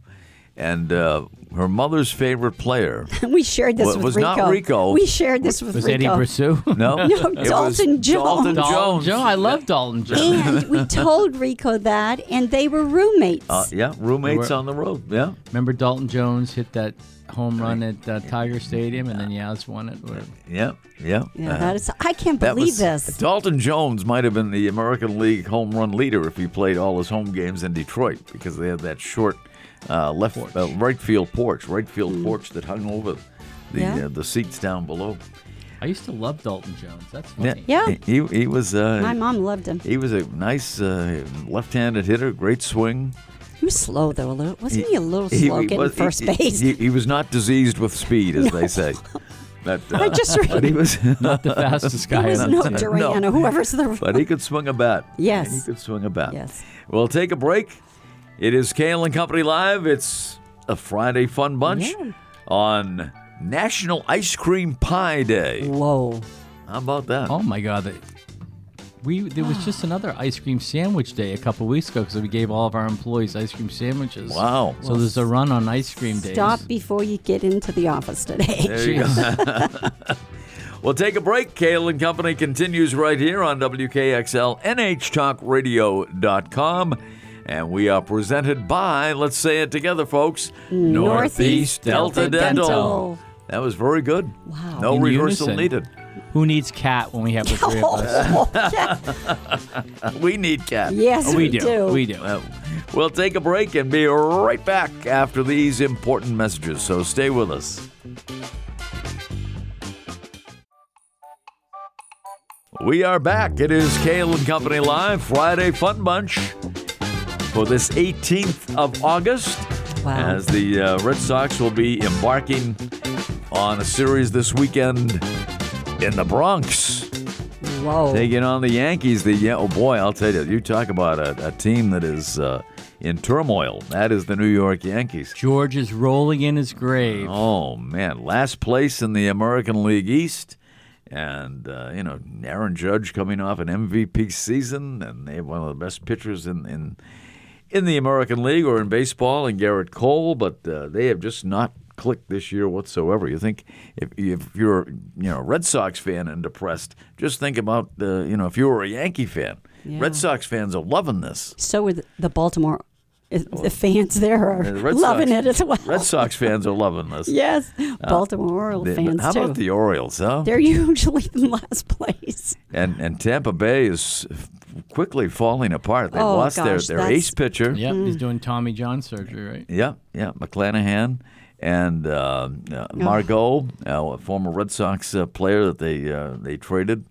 [SPEAKER 1] and uh, her mother's favorite player.
[SPEAKER 3] we shared this
[SPEAKER 1] Well, it
[SPEAKER 3] with
[SPEAKER 1] was
[SPEAKER 3] Rico.
[SPEAKER 1] not Rico.
[SPEAKER 3] We shared this with
[SPEAKER 2] Was Eddie
[SPEAKER 3] Rico.
[SPEAKER 2] Pursue?
[SPEAKER 1] No,
[SPEAKER 3] No,
[SPEAKER 1] it was
[SPEAKER 3] Dalton Jones.
[SPEAKER 1] Dalton
[SPEAKER 2] Dalton
[SPEAKER 1] Jones.
[SPEAKER 2] Jones. I love Dalton Jones.
[SPEAKER 3] and we told Rico that, and they were roommates.
[SPEAKER 1] Uh, yeah, roommates
[SPEAKER 2] Were-
[SPEAKER 1] on the road. Yeah,
[SPEAKER 2] Remember Dalton Jones hit that home run at uh, Tiger Stadium, and then Yaz won it. Whatever.
[SPEAKER 1] yeah, yeah.
[SPEAKER 3] yeah,
[SPEAKER 1] Uh,
[SPEAKER 3] that is. I can't
[SPEAKER 1] that
[SPEAKER 3] believe
[SPEAKER 1] was-
[SPEAKER 3] this.
[SPEAKER 1] Dalton Jones might have been the American League home run leader if he played all his home games in Detroit because they had that short uh, left uh, right field porch, right field porch that hung over the
[SPEAKER 3] Yeah.
[SPEAKER 1] uh, the seats down below.
[SPEAKER 2] I used to love Dalton Jones. That's funny.
[SPEAKER 3] Yeah.
[SPEAKER 1] he, he was uh,
[SPEAKER 3] My mom loved him.
[SPEAKER 1] he was a nice uh, left-handed hitter, great swing.
[SPEAKER 3] He was slow though a little. Wasn't he, a little slow getting
[SPEAKER 1] was-
[SPEAKER 3] first
[SPEAKER 1] he-
[SPEAKER 3] base?
[SPEAKER 1] He, he was not diseased with speed, as they say. But, uh,
[SPEAKER 3] just
[SPEAKER 1] but he was.
[SPEAKER 2] Not the fastest
[SPEAKER 3] There
[SPEAKER 2] guy.
[SPEAKER 3] was
[SPEAKER 2] on
[SPEAKER 3] no
[SPEAKER 2] the team.
[SPEAKER 3] Duran
[SPEAKER 1] No.
[SPEAKER 3] or whoever's the.
[SPEAKER 1] But he could swing a bat.
[SPEAKER 3] Yes.
[SPEAKER 1] He could swing a bat.
[SPEAKER 3] Yes.
[SPEAKER 1] We'll take a break. It is Kale and Company Live. It's a Friday fun bunch
[SPEAKER 3] Yeah.
[SPEAKER 1] on National Ice Cream Pie Day.
[SPEAKER 3] Whoa!
[SPEAKER 1] How about that?
[SPEAKER 2] Oh my God! that- we there was just another ice cream sandwich day a couple weeks ago because we gave all of our employees ice cream sandwiches.
[SPEAKER 1] Wow.
[SPEAKER 2] So there's a run on ice cream days.
[SPEAKER 3] Stop before you get into the office today.
[SPEAKER 1] There you go. we'll take a break. Kale and Company continues right here on WKXL NHTalkRadio.com. And we are presented by, let's say it together, folks, Northeast Delta,
[SPEAKER 3] Delta
[SPEAKER 1] Dental.
[SPEAKER 3] Dental.
[SPEAKER 1] That was very good.
[SPEAKER 3] Wow.
[SPEAKER 1] No
[SPEAKER 2] In
[SPEAKER 1] rehearsal
[SPEAKER 2] unison.
[SPEAKER 1] needed.
[SPEAKER 2] Who needs cat when we have the three of us?
[SPEAKER 3] Oh, yeah.
[SPEAKER 1] We need cat.
[SPEAKER 3] Yes,
[SPEAKER 2] we, do. We do.
[SPEAKER 1] Well, we'll take a break and be right back after these important messages, so stay with us. We are back. It is Kale and Company Live, Friday Fun Bunch for this 18th of August.
[SPEAKER 3] Wow.
[SPEAKER 1] As the uh, Red Sox will be embarking on a series this weekend in the Bronx.
[SPEAKER 3] Whoa!
[SPEAKER 1] Taking on the Yankees, the yeah, oh boy, I'll tell you, you talk about a, a team that is uh, in turmoil. That is the New York Yankees.
[SPEAKER 2] George is rolling in his grave.
[SPEAKER 1] Oh man, last place in the American League East, and uh, you know Aaron Judge coming off an MVP season, and they have one of the best pitchers in in in the American League or in baseball, and Garrett Cole, but uh, they have just not clicked this year whatsoever. You think if if you're you know a Red Sox fan and depressed, just think about uh, you know if you were a Yankee fan. Red Sox fans are loving this.
[SPEAKER 3] So were the- the Baltimore is- the fans there are
[SPEAKER 1] The Red
[SPEAKER 3] loving
[SPEAKER 1] Sox-
[SPEAKER 3] it as well.
[SPEAKER 1] Red Sox fans are loving this.
[SPEAKER 3] Yes, Baltimore Orioles
[SPEAKER 1] Uh, The-
[SPEAKER 3] fans
[SPEAKER 1] How
[SPEAKER 3] too.
[SPEAKER 1] about the Orioles, huh?
[SPEAKER 3] They're usually in last place.
[SPEAKER 1] And and Tampa Bay is quickly falling apart. They
[SPEAKER 3] Oh,
[SPEAKER 1] lost
[SPEAKER 3] gosh,
[SPEAKER 1] their, their
[SPEAKER 3] that's-
[SPEAKER 1] ace pitcher.
[SPEAKER 2] Yep, he's doing Tommy John surgery, right?
[SPEAKER 1] Yeah, yeah, McClanahan and uh, uh, Margot, uh, a former Red Sox uh, player that they uh, they traded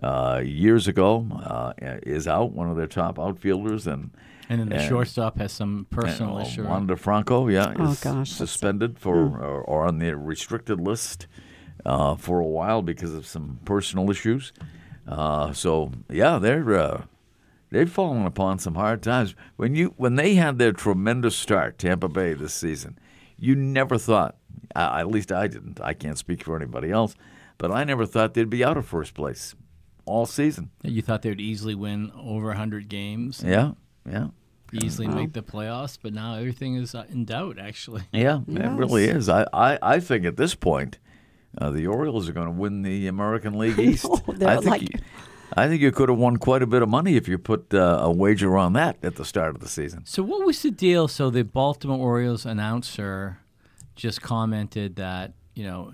[SPEAKER 1] uh, years ago, uh, is out. One of their top outfielders and.
[SPEAKER 2] And then the
[SPEAKER 1] Yeah.
[SPEAKER 2] shortstop has some personal
[SPEAKER 1] and, uh,
[SPEAKER 2] issue.
[SPEAKER 1] Juan DeFranco, yeah,
[SPEAKER 3] Oh,
[SPEAKER 1] is
[SPEAKER 3] gosh, that's- Hmm.
[SPEAKER 1] suspended for or, or on the restricted list uh, for a while because of some personal issues. Uh, so yeah, they're uh, they've fallen upon some hard times. When you when they had their tremendous start, Tampa Bay this season, you never thought, uh, at least I didn't. I can't speak for anybody else, but I never thought they'd be out of first place all season.
[SPEAKER 2] You thought they would easily win over 100 games,
[SPEAKER 1] Yeah, yeah.
[SPEAKER 2] easily make the playoffs, but now everything is uh, in doubt, actually.
[SPEAKER 1] Yeah, it really is. I, I, I think at this point, uh, the Orioles are going to win the American League East.
[SPEAKER 3] they're
[SPEAKER 1] I think
[SPEAKER 3] like-
[SPEAKER 1] you, I think you could have won quite a bit of money if you put uh, a wager on that at the start of the season.
[SPEAKER 2] So, what was the deal? So, the Baltimore Orioles announcer just commented that, you know,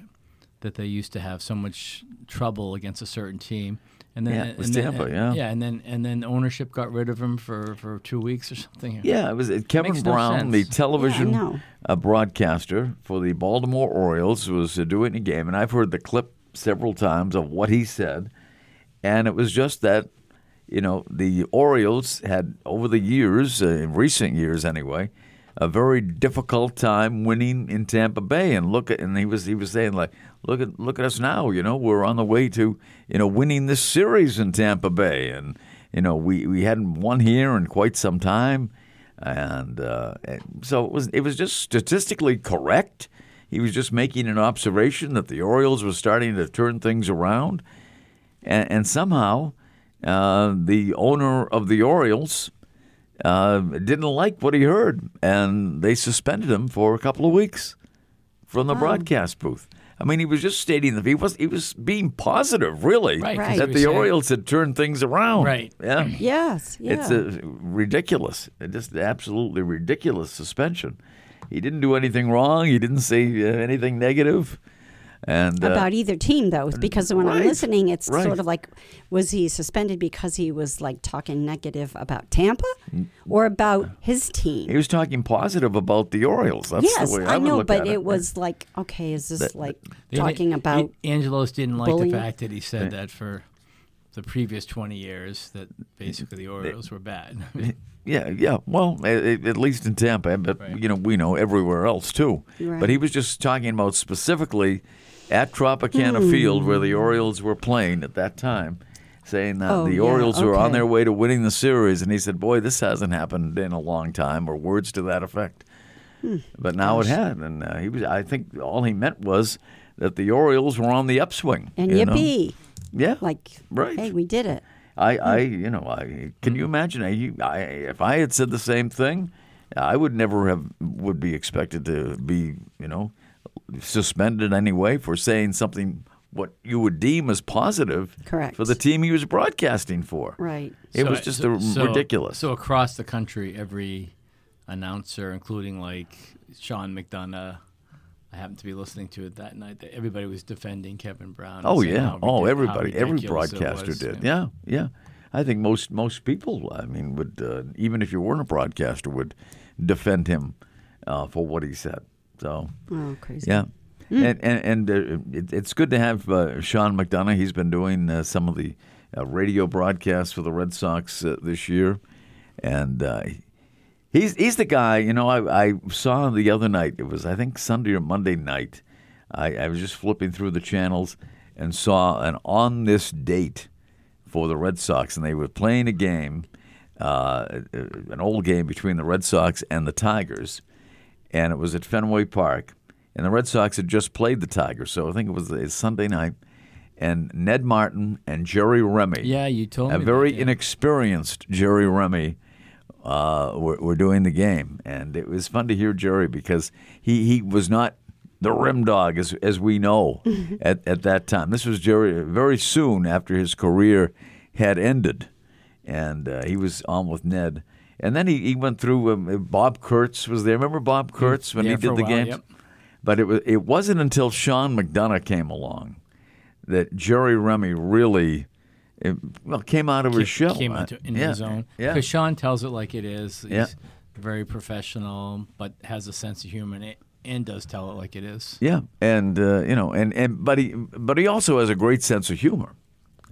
[SPEAKER 2] that they used to have so much trouble against a certain team. And then,
[SPEAKER 1] Yeah, it was
[SPEAKER 2] and then-
[SPEAKER 1] Tampa,
[SPEAKER 2] and-
[SPEAKER 1] yeah.
[SPEAKER 2] and then and then ownership got rid of him for, for two weeks or something.
[SPEAKER 1] Yeah, it was uh, Kevin
[SPEAKER 2] makes no
[SPEAKER 1] Brown, the
[SPEAKER 2] sense.
[SPEAKER 1] television
[SPEAKER 3] Yeah, I know.
[SPEAKER 1] uh, broadcaster for the Baltimore Orioles, was uh, doing a game, and I've heard the clip several times of what he said, and it was just that, you know, the Orioles had over the years, uh, in recent years anyway, a very difficult time winning in Tampa Bay, and look at, and he was he was saying like, look at look at us now, you know, we're on the way to you know winning this series in Tampa Bay, and you know we we hadn't won here in quite some time and uh, and so it was it was just statistically correct. He was just making an observation that the Orioles were starting to turn things around, and, and somehow uh, the owner of the Orioles uh, didn't like what he heard, and they suspended him for a couple of weeks from the broadcast booth. I mean, he was just stating that he was he was being positive, really,
[SPEAKER 2] Right,
[SPEAKER 3] 'cause
[SPEAKER 1] that
[SPEAKER 2] he
[SPEAKER 1] the
[SPEAKER 2] was saying-
[SPEAKER 1] Orioles had turned things around.
[SPEAKER 2] Right.
[SPEAKER 1] Yeah.
[SPEAKER 3] Yes. Yeah.
[SPEAKER 1] It's uh ridiculous, uh, just absolutely ridiculous suspension. He didn't do anything wrong. He didn't say uh, anything negative, and uh,
[SPEAKER 3] about either team though because when
[SPEAKER 1] right,
[SPEAKER 3] i'm listening it's
[SPEAKER 1] right.
[SPEAKER 3] sort of like was he suspended because he was like talking negative about tampa or about his
[SPEAKER 1] Mm, he
[SPEAKER 3] team
[SPEAKER 1] was talking positive about the Orioles. That's
[SPEAKER 3] yes
[SPEAKER 1] the way I,
[SPEAKER 3] i
[SPEAKER 1] would
[SPEAKER 3] know
[SPEAKER 1] look
[SPEAKER 3] but
[SPEAKER 1] at
[SPEAKER 3] it,
[SPEAKER 1] it.
[SPEAKER 3] was like okay is this
[SPEAKER 1] That-
[SPEAKER 3] like
[SPEAKER 2] They didn't-
[SPEAKER 3] talking about
[SPEAKER 2] A- Angelos didn't like
[SPEAKER 3] bullying?
[SPEAKER 2] the fact that he said that for the previous 20 years that basically the Orioles were bad.
[SPEAKER 1] Yeah, yeah. Well, a- a- at least in Tampa, but
[SPEAKER 2] Right.
[SPEAKER 1] you know we know everywhere else too.
[SPEAKER 3] Right.
[SPEAKER 1] But he was just talking about specifically at Tropicana
[SPEAKER 3] Hmm.
[SPEAKER 1] Field where the Orioles were playing at that time, saying that
[SPEAKER 3] Oh,
[SPEAKER 1] the
[SPEAKER 3] yeah,
[SPEAKER 1] Orioles were on
[SPEAKER 3] okay.
[SPEAKER 1] their way to winning the series, and he said, "Boy, this hasn't happened in a long time," or words to that effect.
[SPEAKER 3] Hmm.
[SPEAKER 1] But now it had, and uh, he was. I think all he meant was that the Orioles were on the upswing.
[SPEAKER 3] and
[SPEAKER 1] you know?
[SPEAKER 3] yippee
[SPEAKER 1] Yeah.
[SPEAKER 3] like
[SPEAKER 1] Right.
[SPEAKER 3] hey we did it
[SPEAKER 1] I, I
[SPEAKER 2] Mm.
[SPEAKER 1] you know, I can
[SPEAKER 2] Mm-hmm.
[SPEAKER 1] you imagine? I, you, I, if I had said the same thing, I would never have would be expected to be, you know, suspended anyway for saying something what you would deem as positive
[SPEAKER 3] Correct.
[SPEAKER 1] for the team he was broadcasting for.
[SPEAKER 3] right
[SPEAKER 1] It
[SPEAKER 2] So-
[SPEAKER 1] was just
[SPEAKER 2] so-
[SPEAKER 1] a,
[SPEAKER 2] so-
[SPEAKER 1] ridiculous.
[SPEAKER 2] So across the country, every announcer, including like Sean McDonough, I happened to be listening to it that night. That everybody was defending Kevin Brown. and
[SPEAKER 1] oh
[SPEAKER 2] saying
[SPEAKER 1] yeah,
[SPEAKER 2] how ridic-
[SPEAKER 1] oh
[SPEAKER 2] how
[SPEAKER 1] everybody, every
[SPEAKER 2] ridiculous it
[SPEAKER 1] broadcaster
[SPEAKER 2] was.
[SPEAKER 1] did. Yeah, yeah. I think most most people, I mean, would uh, even if you weren't a broadcaster, would defend him uh, for what he said. So.
[SPEAKER 3] oh crazy
[SPEAKER 1] Yeah. And and, and uh, it, it's good to have uh, Sean McDonough. He's been doing uh, some of the uh, radio broadcasts for the Red Sox uh, this year, and uh, he's he's the guy. You know, I, I saw the other night. It was I think Sunday or Monday night. I, I was just flipping through the channels and saw an on this date for the Red Sox, and they were playing a game, uh, an old game between the Red Sox and the Tigers, and it was at Fenway Park, and the Red Sox had just played the Tigers, so I think it was a Sunday night, and Ned Martin and Jerry Remy,
[SPEAKER 2] Yeah, you told
[SPEAKER 1] a
[SPEAKER 2] me.
[SPEAKER 1] very
[SPEAKER 2] that, yeah.
[SPEAKER 1] inexperienced Jerry Remy, uh, were, were doing the game, and it was fun to hear Jerry because he, he was not the rim dog as as we know at at that time. This was Jerry very soon after his career had ended, and uh, he was on with Ned. And then he, he went through. Um, Bob Kurtz was there. Remember Bob Kurtz when
[SPEAKER 2] Yeah,
[SPEAKER 1] he
[SPEAKER 2] for
[SPEAKER 1] did
[SPEAKER 2] a
[SPEAKER 1] the
[SPEAKER 2] while,
[SPEAKER 1] games?
[SPEAKER 2] yep.
[SPEAKER 1] But it was it wasn't until Sean McDonough came along that Jerry Remy really it, well came out of his
[SPEAKER 2] Ca-
[SPEAKER 1] shell.
[SPEAKER 2] Came out to, in
[SPEAKER 1] yeah,
[SPEAKER 2] his own.
[SPEAKER 1] Yeah.
[SPEAKER 2] Because Sean tells it like it is. He's
[SPEAKER 1] Yeah.
[SPEAKER 2] very professional, but has a sense of humor and, and does tell it like it is.
[SPEAKER 1] Yeah, and uh, you know, and, and but he but he also has a great sense of humor,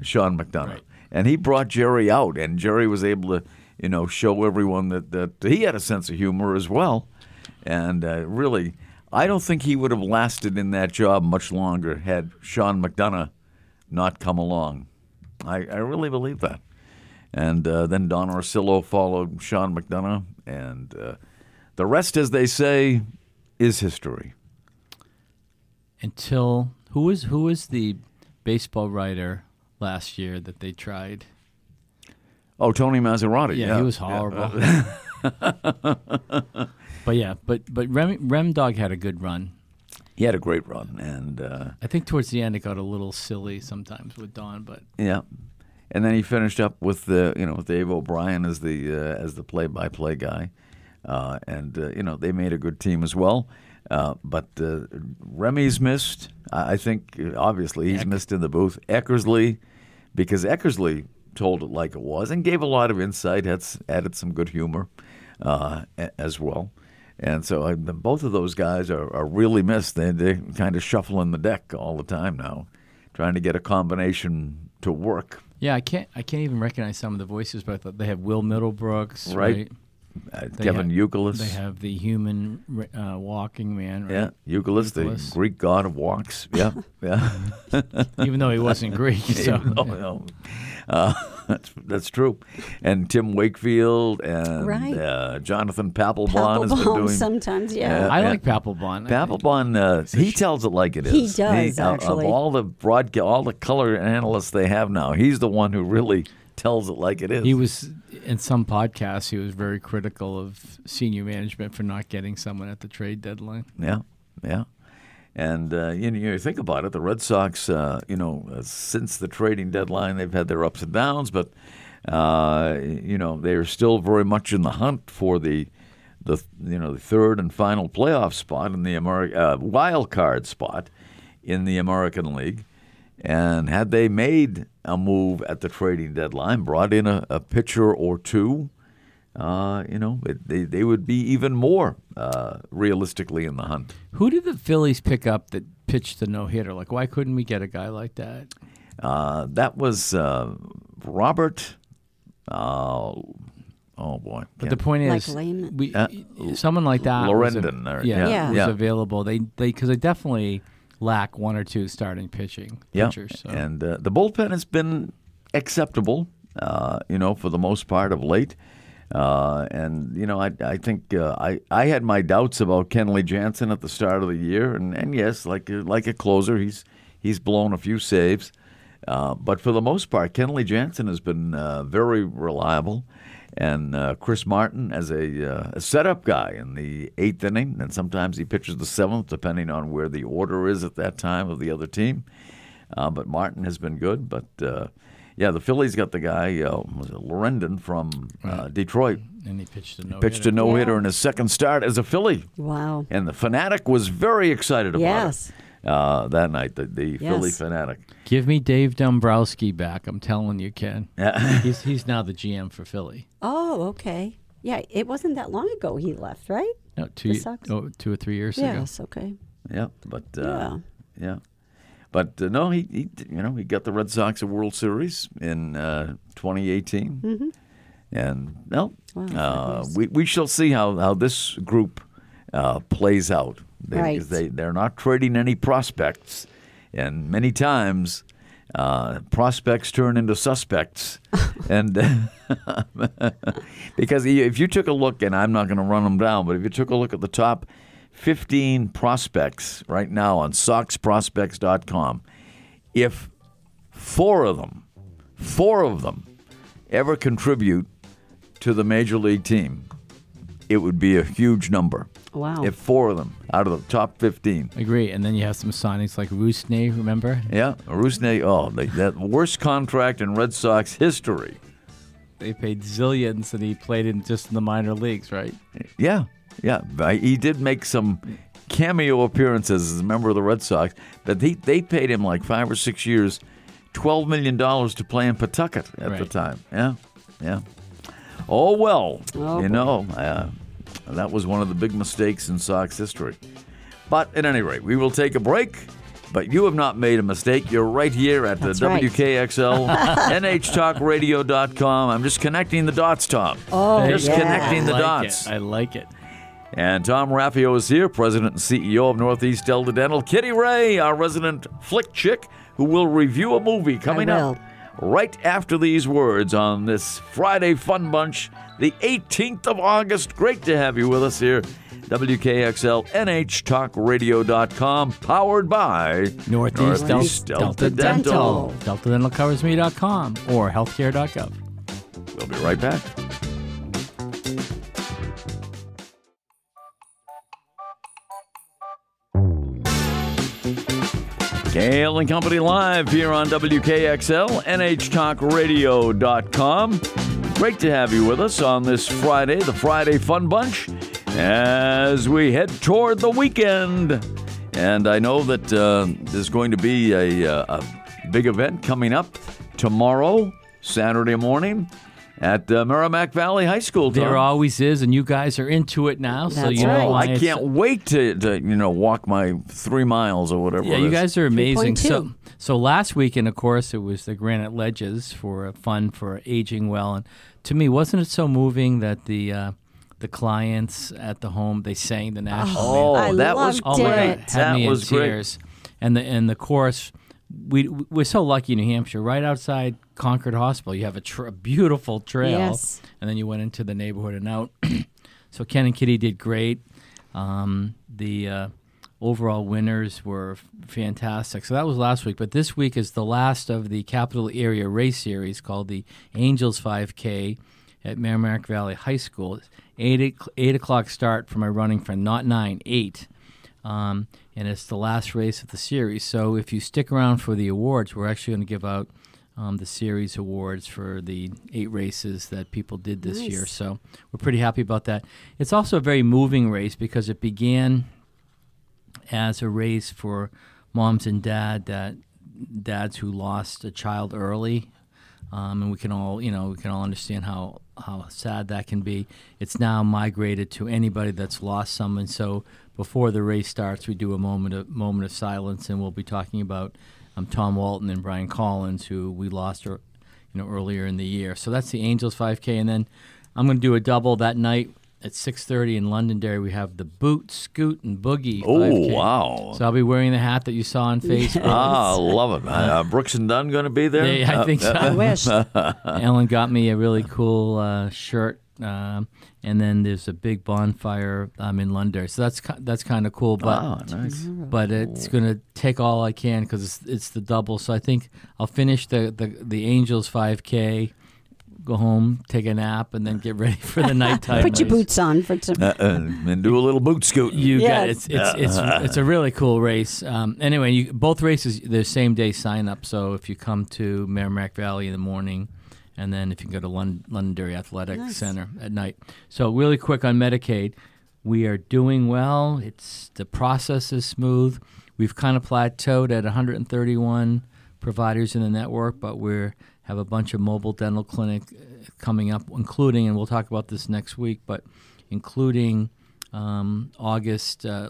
[SPEAKER 1] Sean McDonough,
[SPEAKER 2] Right.
[SPEAKER 1] and he brought Jerry out, and Jerry was able to you know show everyone that that he had a sense of humor as well, and uh, really, I don't think he would have lasted in that job much longer had Sean McDonough not come along. I, I really believe that. And uh, then Don Orsillo followed Sean McDonough, and uh, the rest, as they say, is history.
[SPEAKER 2] until who was who was the baseball writer last year that they tried?
[SPEAKER 1] Oh, Tony Maserati.
[SPEAKER 2] Yeah,
[SPEAKER 1] Yeah,
[SPEAKER 2] he was horrible. but yeah, but but Rem, Rem Dog had a good run.
[SPEAKER 1] He had a great run, and uh,
[SPEAKER 2] I think towards the end it got a little silly sometimes with Don, but
[SPEAKER 1] yeah, and then he finished up with the you know with Dave O'Brien as the uh, as the play by play guy, uh, and uh, you know they made a good team as well. Uh, but uh, Remy's missed. I I think uh, obviously he's missed in the booth. Eckersley, because Eckersley told it like it was and gave a lot of insight. Had s- added some good humor uh, a- as well. And so I, the, both of those guys are, are really missed. They, they're kind of shuffling the deck all the time now, trying to get a combination to work.
[SPEAKER 2] Yeah, I can't. I can't even recognize some of the voices, but I thought they have Will Middlebrooks,
[SPEAKER 1] Right.
[SPEAKER 2] right?
[SPEAKER 1] Uh,
[SPEAKER 2] They
[SPEAKER 1] Kevin
[SPEAKER 2] have-
[SPEAKER 1] Euclid.
[SPEAKER 2] They have the human uh, walking man,
[SPEAKER 1] Yeah,
[SPEAKER 2] right?
[SPEAKER 1] Euclid, the
[SPEAKER 2] Euclid.
[SPEAKER 1] Greek god of walks. Yeah, yeah.
[SPEAKER 2] Even though he wasn't Greek, so
[SPEAKER 1] Oh, no. Uh, that's, that's true. And Tim Wakefield and
[SPEAKER 3] Right.
[SPEAKER 1] uh, Jonathan Papelbon has been
[SPEAKER 3] Papelbon
[SPEAKER 1] doing.
[SPEAKER 3] sometimes, yeah.
[SPEAKER 1] Yeah.
[SPEAKER 2] I like Papelbon. I think.
[SPEAKER 1] Papelbon, uh, he tells it like it is.
[SPEAKER 3] He does,
[SPEAKER 1] of-
[SPEAKER 3] actually.
[SPEAKER 1] Of all the broadca- all the color analysts they have now, he's the one who really tells it like it is.
[SPEAKER 2] He was in some podcasts. He was very critical of senior management for not getting someone at the trade deadline.
[SPEAKER 1] Yeah, yeah. And uh, you know, you think about it, the Red Sox, uh, you know, uh, since the trading deadline, they've had their ups and downs, but uh, you know, they're still very much in the hunt for the the you know the third and final playoff spot in the Ameri- uh, wild card spot in the American League. And had they made a move at the trading deadline, brought in a, a pitcher or two, uh, you know, it, they, they would be even more uh, realistically in the hunt.
[SPEAKER 2] Who did the Phillies pick up that pitched the no hitter? Like, why couldn't we get a guy like that?
[SPEAKER 1] Uh, that was uh, Robert. Uh, oh boy,
[SPEAKER 2] But
[SPEAKER 1] Yeah.
[SPEAKER 2] the point
[SPEAKER 3] Like
[SPEAKER 2] is,
[SPEAKER 3] Lehman.
[SPEAKER 2] we
[SPEAKER 1] Uh,
[SPEAKER 2] someone like that, was a-
[SPEAKER 1] Lorenzen or-
[SPEAKER 2] yeah,
[SPEAKER 3] yeah.
[SPEAKER 2] was
[SPEAKER 1] Yeah.
[SPEAKER 2] available. They they because they definitely lack one or two starting pitching
[SPEAKER 1] yeah.
[SPEAKER 2] pitchers. So.
[SPEAKER 1] and uh, the bullpen has been acceptable, uh, you know, for the most part of late. Uh, and you know, I I think uh, I I had my doubts about Kenley Jansen at the start of the year, and, and yes, like a, like a closer, he's he's blown a few saves, uh, but for the most part, Kenley Jansen has been uh, very reliable, and uh, Chris Martin as a, uh, a setup guy in the eighth inning, and sometimes he pitches the seventh, depending on where the order is at that time of the other team. Uh, but Martin has been good. But uh, yeah, the Phillies got the guy, uh, was it Lorenzen from uh, Detroit,
[SPEAKER 2] and he pitched a no
[SPEAKER 1] pitched a no hitter in his second start as a Philly.
[SPEAKER 3] Wow.
[SPEAKER 1] And the Fanatic was very excited about
[SPEAKER 3] Yes.
[SPEAKER 1] it uh, that night, the, the Philly
[SPEAKER 3] Yes.
[SPEAKER 1] Fanatic.
[SPEAKER 2] Give me Dave Dombrowski back. I'm telling you, Ken. he's he's now the GM for Philly.
[SPEAKER 3] Oh, okay. Yeah, it wasn't that long ago he left, right?
[SPEAKER 2] No, two
[SPEAKER 3] The Sox?
[SPEAKER 2] oh, two or three years ago.
[SPEAKER 3] Yes, okay.
[SPEAKER 1] Yeah, but uh, yeah.
[SPEAKER 3] Yeah.
[SPEAKER 1] But uh, no, he, he you know he got the Red Sox a World Series in uh, 2018, and well,
[SPEAKER 3] Mm-hmm.
[SPEAKER 1] uh,
[SPEAKER 3] Wow, five years.
[SPEAKER 1] we we shall see how how this group uh, plays out. They,
[SPEAKER 3] Right.
[SPEAKER 1] they they're not trading any prospects, and many times. Uh, prospects turn into suspects, and because if you took a look, and I'm not going to run them down, but if you took a look at the top 15 prospects right now on SoxProspects.com, if four of them, four of them, ever contribute to the major league team, it would be a huge number.
[SPEAKER 3] Wow.
[SPEAKER 1] If four of them out of the top 15.
[SPEAKER 2] Agree. And then you have some signings like Roosney, remember?
[SPEAKER 1] Yeah, Rusne, oh, the, that worst contract in Red Sox history.
[SPEAKER 2] They paid zillions and he played in just in the minor leagues, right?
[SPEAKER 1] Yeah, yeah. I- He did make some cameo appearances as a member of the Red Sox, but they, they paid him like five or six years, $12 million to play in Pawtucket at the
[SPEAKER 2] Right.
[SPEAKER 1] time. Yeah, yeah. Oh, well,
[SPEAKER 3] Oh,
[SPEAKER 1] you
[SPEAKER 3] boy.
[SPEAKER 1] know, uh, that was one of the big mistakes in Sox history. But at any rate, we will take a break. But you have not made a mistake. You're right here at the
[SPEAKER 3] That's right.
[SPEAKER 1] WKXL, NHTalkRadio.com. I'm just connecting the dots, Tom.
[SPEAKER 3] Oh,
[SPEAKER 1] Just
[SPEAKER 3] yeah.
[SPEAKER 1] connecting the
[SPEAKER 2] I like
[SPEAKER 1] dots.
[SPEAKER 2] It. I like it.
[SPEAKER 1] And Tom Raffio is here, president and CEO of Northeast Delta Dental. Kitty Ray, our resident flick chick, who will review a movie coming up
[SPEAKER 3] will.
[SPEAKER 1] right after these words on this Friday Fun Bunch, the 18th of August. Great to have you with us here. WKXL NHTalkRadio.com, powered by
[SPEAKER 2] Northeast,
[SPEAKER 1] Northeast
[SPEAKER 2] Delta,
[SPEAKER 1] Delta Dental.
[SPEAKER 2] Dental. DeltaDentalCoversMe.com or healthcare.gov.
[SPEAKER 1] We'll be right back. Gale and Company live here on WKXL, NHTalkRadio.com. Great to have you with us on this Friday, the Friday Fun Bunch. as we head toward the weekend. And I know that uh, there's going to be a, uh, a big event coming up tomorrow, Saturday morning, at uh, Merrimack Valley High School. Tom.
[SPEAKER 2] There always is, and you guys are into it now, so
[SPEAKER 3] That's
[SPEAKER 2] you know
[SPEAKER 3] right.
[SPEAKER 2] why
[SPEAKER 1] Oh, I
[SPEAKER 2] it's-
[SPEAKER 1] can't wait to, to you know walk my three miles or whatever.
[SPEAKER 2] Yeah,
[SPEAKER 1] it
[SPEAKER 2] you
[SPEAKER 1] is.
[SPEAKER 2] guys are amazing. So,
[SPEAKER 3] 3.2.
[SPEAKER 2] so last weekend, of course, it was the Granite Ledges for fun for aging well, and to me, wasn't it so moving that the uh, the clients at the home they sang the national
[SPEAKER 1] Oh,
[SPEAKER 2] anthem?
[SPEAKER 3] I
[SPEAKER 1] that was
[SPEAKER 3] loved
[SPEAKER 2] Oh my
[SPEAKER 1] great.
[SPEAKER 2] God,
[SPEAKER 3] it.
[SPEAKER 2] had
[SPEAKER 1] That
[SPEAKER 2] me
[SPEAKER 1] was
[SPEAKER 2] in
[SPEAKER 1] great.
[SPEAKER 2] tears. And the and the chorus, we we're so lucky in New Hampshire. Right outside Concord Hospital, you have a, tr- a beautiful trail,
[SPEAKER 3] Yes.
[SPEAKER 2] and then you went into the neighborhood and out. so Ken and Kitty did great. Um, the uh, overall winners were f- fantastic. So that was last week, but this week is the last of the Capital Area Race Series called the Angels 5K at Merrimack Valley High School. Eight o'c- eight o'clock start for my running friend, not nine, eight um, and it's the last race of the series. So if you stick around for the awards, we're actually going to give out um, the series awards for the eight races that people did this year. So we're pretty happy about that. It's also a very moving race because it began as a race for moms and dad that dads who lost a child early um, and we can all you know we can all understand how how sad that can be it's now migrated to anybody that's lost someone so before the race starts we do a moment of moment of silence and we'll be talking about um, tom walton and brian collins who we lost er, you know earlier in the year so that's the angels 5k and then i'm going to do a double that night at 6.30 in londonderry we have the boot scoot and boogie
[SPEAKER 1] Oh
[SPEAKER 2] 5K.
[SPEAKER 1] wow!
[SPEAKER 2] So I'll be wearing the hat that you saw on Facebook.
[SPEAKER 1] ah, I love it. Uh, Brooks and Dunn going to be there.
[SPEAKER 2] Yeah, I
[SPEAKER 1] Uh,
[SPEAKER 2] think
[SPEAKER 3] I
[SPEAKER 2] so.
[SPEAKER 3] wish.
[SPEAKER 2] Ellen got me a really cool uh, shirt, um, and then there's a big bonfire um, in London. So that's ki- that's kind of cool. But
[SPEAKER 1] wow, Oh, nice.
[SPEAKER 2] but it's gonna take all I can because it's, it's the double. So I think I'll finish the the, the Angels 5K, go home, take a nap, and then get ready for the nighttime.
[SPEAKER 3] Put your
[SPEAKER 2] race.
[SPEAKER 3] boots on for some.
[SPEAKER 1] Uh, uh, and do a little boot scooting.
[SPEAKER 2] You got
[SPEAKER 3] Yes.
[SPEAKER 2] it's it's, it's it's a really cool race. Um, anyway, you, both races they're same day sign up. So if you come to Merrimack Valley in the morning, and then if you go to Lon- Londonderry Athletic Center at night. So really quick on Medicaid, we are doing well. It's the process is smooth. We've kind of plateaued at 131 providers in the network, but we're have a bunch of mobile dental clinic uh, coming up, including, and we'll talk about this next week, but including um, August uh,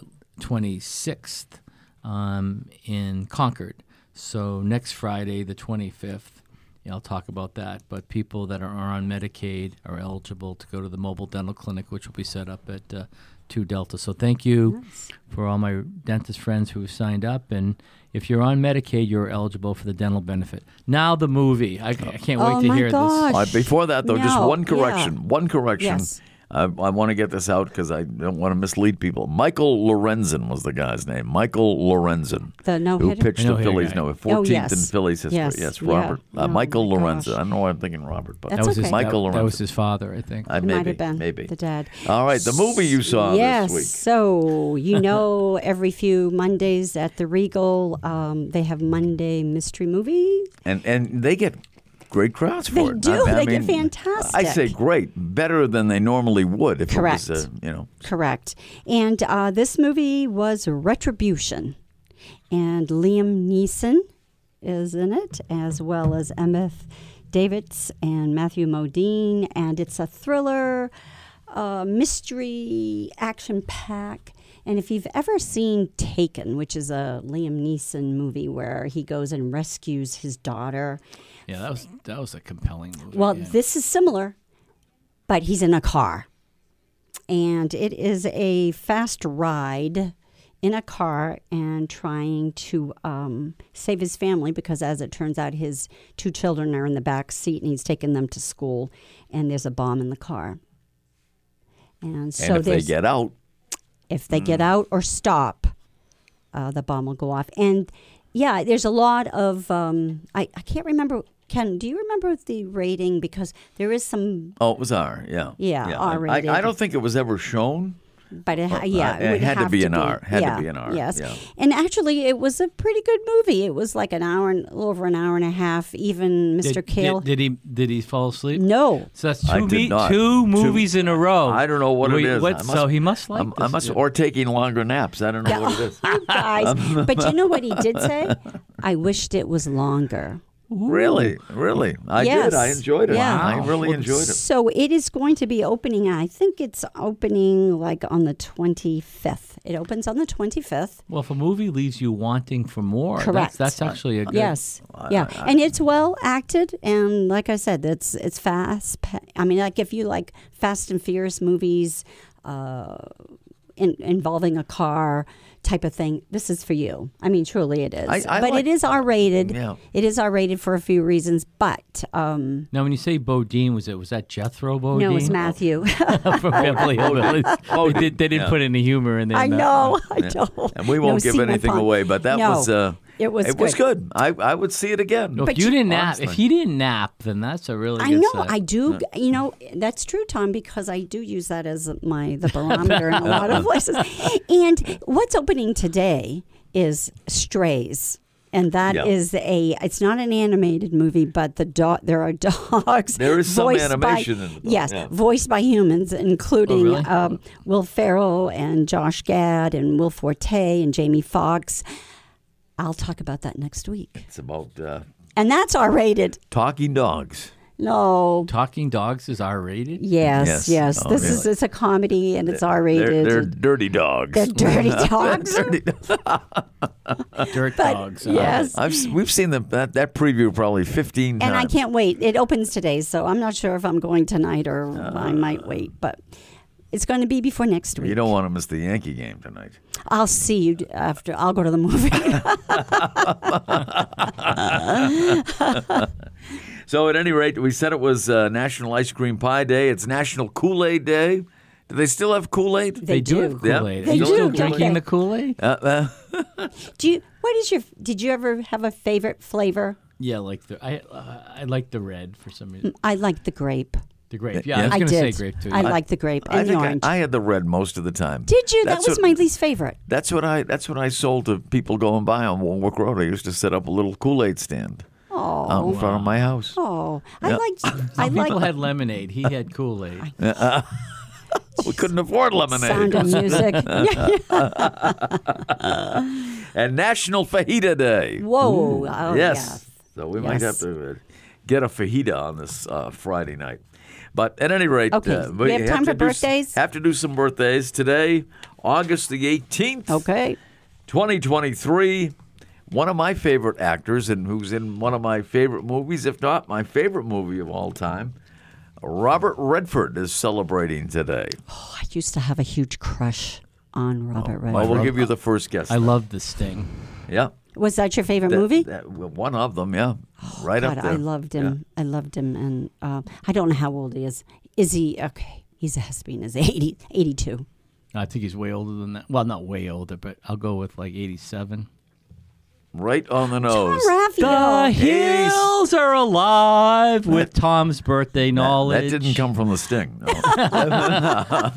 [SPEAKER 2] 26th um, in Concord. So next Friday, the 25th, yeah, I'll talk about that. But people that are on Medicaid are eligible to go to the mobile dental clinic, which will be set up at uh, 2 Delta. So thank you for all my dentist friends who have signed up. And if you're on Medicaid, you're eligible for the dental benefit. Now, the movie. I, I can't
[SPEAKER 3] Oh
[SPEAKER 2] wait to
[SPEAKER 3] my
[SPEAKER 2] hear
[SPEAKER 3] gosh.
[SPEAKER 1] All right, before that, though, just
[SPEAKER 3] No,
[SPEAKER 1] one
[SPEAKER 3] yeah.
[SPEAKER 1] correction. One correction.
[SPEAKER 3] Yes.
[SPEAKER 1] I, I want to get this out because I don't want to mislead people. Michael Lorenzen was the guy's name. Michael Lorenzen.
[SPEAKER 3] The no-hitter?
[SPEAKER 1] Who pitched
[SPEAKER 2] The
[SPEAKER 1] the
[SPEAKER 2] no-hitter
[SPEAKER 1] Phillies,
[SPEAKER 2] guy.
[SPEAKER 1] no,
[SPEAKER 3] Oh,
[SPEAKER 1] 14th in
[SPEAKER 3] yes.
[SPEAKER 1] Phillies history.
[SPEAKER 3] Yes, yeah.
[SPEAKER 1] Robert. Uh,
[SPEAKER 3] Oh,
[SPEAKER 1] Michael
[SPEAKER 3] my
[SPEAKER 1] Lorenzen.
[SPEAKER 3] gosh.
[SPEAKER 1] I don't know why I'm thinking Robert, but
[SPEAKER 2] this.
[SPEAKER 3] That's
[SPEAKER 2] That was,
[SPEAKER 3] okay.
[SPEAKER 2] his,
[SPEAKER 1] Michael
[SPEAKER 2] that, that was
[SPEAKER 1] Lorenzen.
[SPEAKER 2] his father, I think.
[SPEAKER 1] I,
[SPEAKER 3] It
[SPEAKER 1] maybe,
[SPEAKER 3] might have been
[SPEAKER 1] maybe.
[SPEAKER 3] the dad.
[SPEAKER 1] All right, the movie you saw
[SPEAKER 3] yes,
[SPEAKER 1] this
[SPEAKER 3] so you know, every few Mondays at the Regal, um, they have Monday mystery movie.
[SPEAKER 1] week, and and they get great crowds for
[SPEAKER 3] They
[SPEAKER 1] it.
[SPEAKER 3] do.
[SPEAKER 1] I, I
[SPEAKER 3] They
[SPEAKER 1] mean,
[SPEAKER 3] get fantastic.
[SPEAKER 1] I say great, better than they normally would if it was,
[SPEAKER 3] Correct.
[SPEAKER 1] uh, you know,
[SPEAKER 3] Correct. And uh, this movie was Retribution, and Liam Neeson is in it, as well as MF Davids and Matthew Modine, and it's a thriller, uh, mystery, action pack. And if you've ever seen Taken, which is a Liam Neeson movie where he goes and rescues his daughter,
[SPEAKER 2] Yeah, that was that was a compelling movie.
[SPEAKER 3] well,
[SPEAKER 2] yeah.
[SPEAKER 3] this is similar, but he's in a car. And it is a fast ride in a car and trying to um, save his family because, as it turns out, his two children are in the back seat and he's taking them to school, and there's a bomb in the car. And so
[SPEAKER 1] and if they
[SPEAKER 3] there's-
[SPEAKER 1] get out,
[SPEAKER 3] if they
[SPEAKER 1] Mm.
[SPEAKER 3] get out or stop, uh, the bomb will go off. And yeah, there's a lot of um, I, I can't remember. Ken, do you remember the rating? Because there is some
[SPEAKER 1] Oh, it was R, yeah.
[SPEAKER 3] Yeah,
[SPEAKER 1] I- I,
[SPEAKER 3] R-rated.
[SPEAKER 1] I don't think it was ever shown.
[SPEAKER 3] but it, ha- yeah,
[SPEAKER 1] Uh, it
[SPEAKER 3] would
[SPEAKER 1] had to
[SPEAKER 3] have
[SPEAKER 1] be an hour. Had to
[SPEAKER 3] yeah,
[SPEAKER 1] be an hour,
[SPEAKER 3] Yes,
[SPEAKER 1] yeah.
[SPEAKER 3] and actually, it was a pretty good movie. It was like an hour and a little over an hour and a half. Even Mr.
[SPEAKER 2] Did,
[SPEAKER 3] Kale,
[SPEAKER 2] did, did he did he fall asleep?
[SPEAKER 3] no,
[SPEAKER 2] So that's
[SPEAKER 1] I
[SPEAKER 2] two,
[SPEAKER 1] did
[SPEAKER 2] me-
[SPEAKER 1] not.
[SPEAKER 2] two
[SPEAKER 1] Two-
[SPEAKER 2] movies in a row.
[SPEAKER 1] I don't know what
[SPEAKER 2] Oh, We-
[SPEAKER 1] it is.
[SPEAKER 2] what-
[SPEAKER 1] I
[SPEAKER 2] so
[SPEAKER 1] must-
[SPEAKER 2] he must like.
[SPEAKER 1] I'm-
[SPEAKER 2] this
[SPEAKER 1] I must,
[SPEAKER 2] dude.
[SPEAKER 1] or taking longer naps. I don't know what it is.
[SPEAKER 3] you guys. Oh, but you know what he did say? I wished it was longer.
[SPEAKER 1] Really, really, I
[SPEAKER 3] Yes.
[SPEAKER 1] did. I enjoyed it.
[SPEAKER 3] Yeah.
[SPEAKER 1] I really
[SPEAKER 2] Wow.
[SPEAKER 1] enjoyed it.
[SPEAKER 3] So it is going to be opening. I think it's opening like on the 25th. It opens on the 25th.
[SPEAKER 2] Well, if a movie leaves you wanting for more,
[SPEAKER 3] Correct.
[SPEAKER 2] That's, that's actually a good.
[SPEAKER 3] Yes. yeah. and it's well acted and like I said, it's it's fast. pa- I mean, like if you like Fast and Furious movies uh in, involving a car type of thing, this is for you. I mean, truly it is.
[SPEAKER 1] I- I
[SPEAKER 3] but
[SPEAKER 1] like-
[SPEAKER 3] it is R rated.
[SPEAKER 1] Yeah.
[SPEAKER 3] It is R rated for a few reasons, but um
[SPEAKER 2] Now, when you say Bodine, was it was that Jethro Bodine?
[SPEAKER 3] no, it's Matthew.
[SPEAKER 2] from Beverly Hillbillies. they, did, they didn't
[SPEAKER 1] yeah.
[SPEAKER 2] put any humor in there. uh,
[SPEAKER 3] I
[SPEAKER 2] no.
[SPEAKER 3] know. I don't.
[SPEAKER 1] And we won't
[SPEAKER 3] No,
[SPEAKER 1] give
[SPEAKER 3] see my
[SPEAKER 1] anything
[SPEAKER 3] phone.
[SPEAKER 1] away, but that
[SPEAKER 3] No,
[SPEAKER 1] was uh,
[SPEAKER 3] it was
[SPEAKER 1] it
[SPEAKER 3] good.
[SPEAKER 1] was good. I, I would see it again.
[SPEAKER 2] No, if
[SPEAKER 3] But
[SPEAKER 2] you
[SPEAKER 3] you-
[SPEAKER 2] didn't nap, if
[SPEAKER 1] Honestly.
[SPEAKER 2] he didn't nap, then that's a really
[SPEAKER 3] I
[SPEAKER 2] good
[SPEAKER 3] know.
[SPEAKER 2] set.
[SPEAKER 3] I do. You know, that's true, Tom, because I do use that as my the barometer in a lot of places. And what's opening today is Strays. And that
[SPEAKER 1] Yeah.
[SPEAKER 3] is a. It's not an animated movie, but the dog. There are dogs.
[SPEAKER 1] There is some
[SPEAKER 3] voiced by-
[SPEAKER 1] animation in the dog,
[SPEAKER 3] Yes,
[SPEAKER 1] yeah.
[SPEAKER 3] voiced by humans, including
[SPEAKER 2] Oh, really?
[SPEAKER 3] um, Will Ferrell and Josh Gad and Will Forte and Jamie Foxx. I'll talk about that next week.
[SPEAKER 1] It's about uh,
[SPEAKER 3] And that's R rated.
[SPEAKER 1] talking dogs.
[SPEAKER 3] No,
[SPEAKER 2] Talking Dogs is R rated.
[SPEAKER 3] Yes,
[SPEAKER 1] Yes.
[SPEAKER 3] yes.
[SPEAKER 1] Oh,
[SPEAKER 3] this
[SPEAKER 1] really?
[SPEAKER 3] is it's a comedy and it's R
[SPEAKER 1] They're,
[SPEAKER 3] rated.
[SPEAKER 1] they're dirty dogs.
[SPEAKER 3] dirty dogs.
[SPEAKER 1] Dirty dogs.
[SPEAKER 2] Dirt Dogs. uh,
[SPEAKER 3] yes.
[SPEAKER 1] I've, s- we've seen the, that, that preview probably 15
[SPEAKER 3] And I
[SPEAKER 1] times.
[SPEAKER 3] can't wait. It opens today, so I'm not sure if I'm going tonight or I might wait, but it's going to be before next week.
[SPEAKER 1] Uh. You don't want to miss the Yankee game tonight.
[SPEAKER 3] I'll see you d- after. I'll go to the movie.
[SPEAKER 1] So, at any rate, we said it was uh, National Ice Cream Pie Day. It's National Kool Aid Day. Do they still have Kool Aid?
[SPEAKER 3] They
[SPEAKER 2] do,
[SPEAKER 3] do.
[SPEAKER 2] have
[SPEAKER 1] Yep.
[SPEAKER 2] Kool Aid.
[SPEAKER 1] They
[SPEAKER 2] Are you
[SPEAKER 1] do,
[SPEAKER 2] still
[SPEAKER 1] don't
[SPEAKER 2] drinking
[SPEAKER 3] they?
[SPEAKER 2] the Kool Aid?
[SPEAKER 1] Uh, uh,
[SPEAKER 3] do you? What is your? Did you ever have a favorite flavor?
[SPEAKER 2] Yeah, like the I uh, I like the red for some reason.
[SPEAKER 3] I like the grape.
[SPEAKER 2] The grape. Yeah, I
[SPEAKER 1] Yeah.
[SPEAKER 2] was
[SPEAKER 3] I
[SPEAKER 2] gonna
[SPEAKER 3] did.
[SPEAKER 2] say grape too.
[SPEAKER 3] I
[SPEAKER 2] yeah.
[SPEAKER 3] like the grape and
[SPEAKER 1] I
[SPEAKER 3] the
[SPEAKER 1] think I,
[SPEAKER 3] orange.
[SPEAKER 1] I had the red most of the time.
[SPEAKER 3] did you? That
[SPEAKER 1] That's
[SPEAKER 3] was
[SPEAKER 1] what-
[SPEAKER 3] my least favorite.
[SPEAKER 1] That's what I. That's what I sold to people going by on Warwick Road. I used to set up a little Kool Aid stand
[SPEAKER 3] Oh,
[SPEAKER 1] out in front of my house.
[SPEAKER 3] oh, I
[SPEAKER 1] Yeah.
[SPEAKER 3] liked. I
[SPEAKER 2] Some people
[SPEAKER 3] liked
[SPEAKER 2] had lemonade. He had Kool Aid.
[SPEAKER 1] We couldn't afford
[SPEAKER 3] sound
[SPEAKER 1] lemonade.
[SPEAKER 3] of music.
[SPEAKER 1] And National Fajita Day.
[SPEAKER 3] Whoa! Oh,
[SPEAKER 1] yes. So we might have
[SPEAKER 3] Yes.
[SPEAKER 1] to uh, get a fajita on this uh, Friday night. But at any rate,
[SPEAKER 3] Okay,
[SPEAKER 1] uh,
[SPEAKER 3] we have time
[SPEAKER 1] to
[SPEAKER 3] for
[SPEAKER 1] do s-
[SPEAKER 3] birthdays?
[SPEAKER 1] have to do some birthdays today, August the eighteenth.
[SPEAKER 3] Okay.
[SPEAKER 1] 2023. One of my favorite actors, and who's in one of my favorite movies, if not my favorite movie of all time, Robert Redford is celebrating today.
[SPEAKER 3] Oh, I used to have a huge crush on Robert
[SPEAKER 1] I
[SPEAKER 3] Redford.
[SPEAKER 1] will give you the first guess.
[SPEAKER 2] I love the sting.
[SPEAKER 1] yeah,
[SPEAKER 3] Was that your favorite
[SPEAKER 1] That-
[SPEAKER 3] movie? Oh,
[SPEAKER 1] that- well, one of them. Yeah, right
[SPEAKER 3] God,
[SPEAKER 1] up there.
[SPEAKER 3] I loved him. I loved him, and uh, I don't know how old he is. Is he okay? He's has to be in his 80, 82.
[SPEAKER 2] I think he's way older than that. Well, not way older, but I'll go with like 87.
[SPEAKER 1] Right on the nose.
[SPEAKER 3] Tom
[SPEAKER 2] The
[SPEAKER 3] Raphael.
[SPEAKER 2] hills are alive with Tom's birthday
[SPEAKER 1] That
[SPEAKER 2] knowledge.
[SPEAKER 1] didn't come from the sting. No.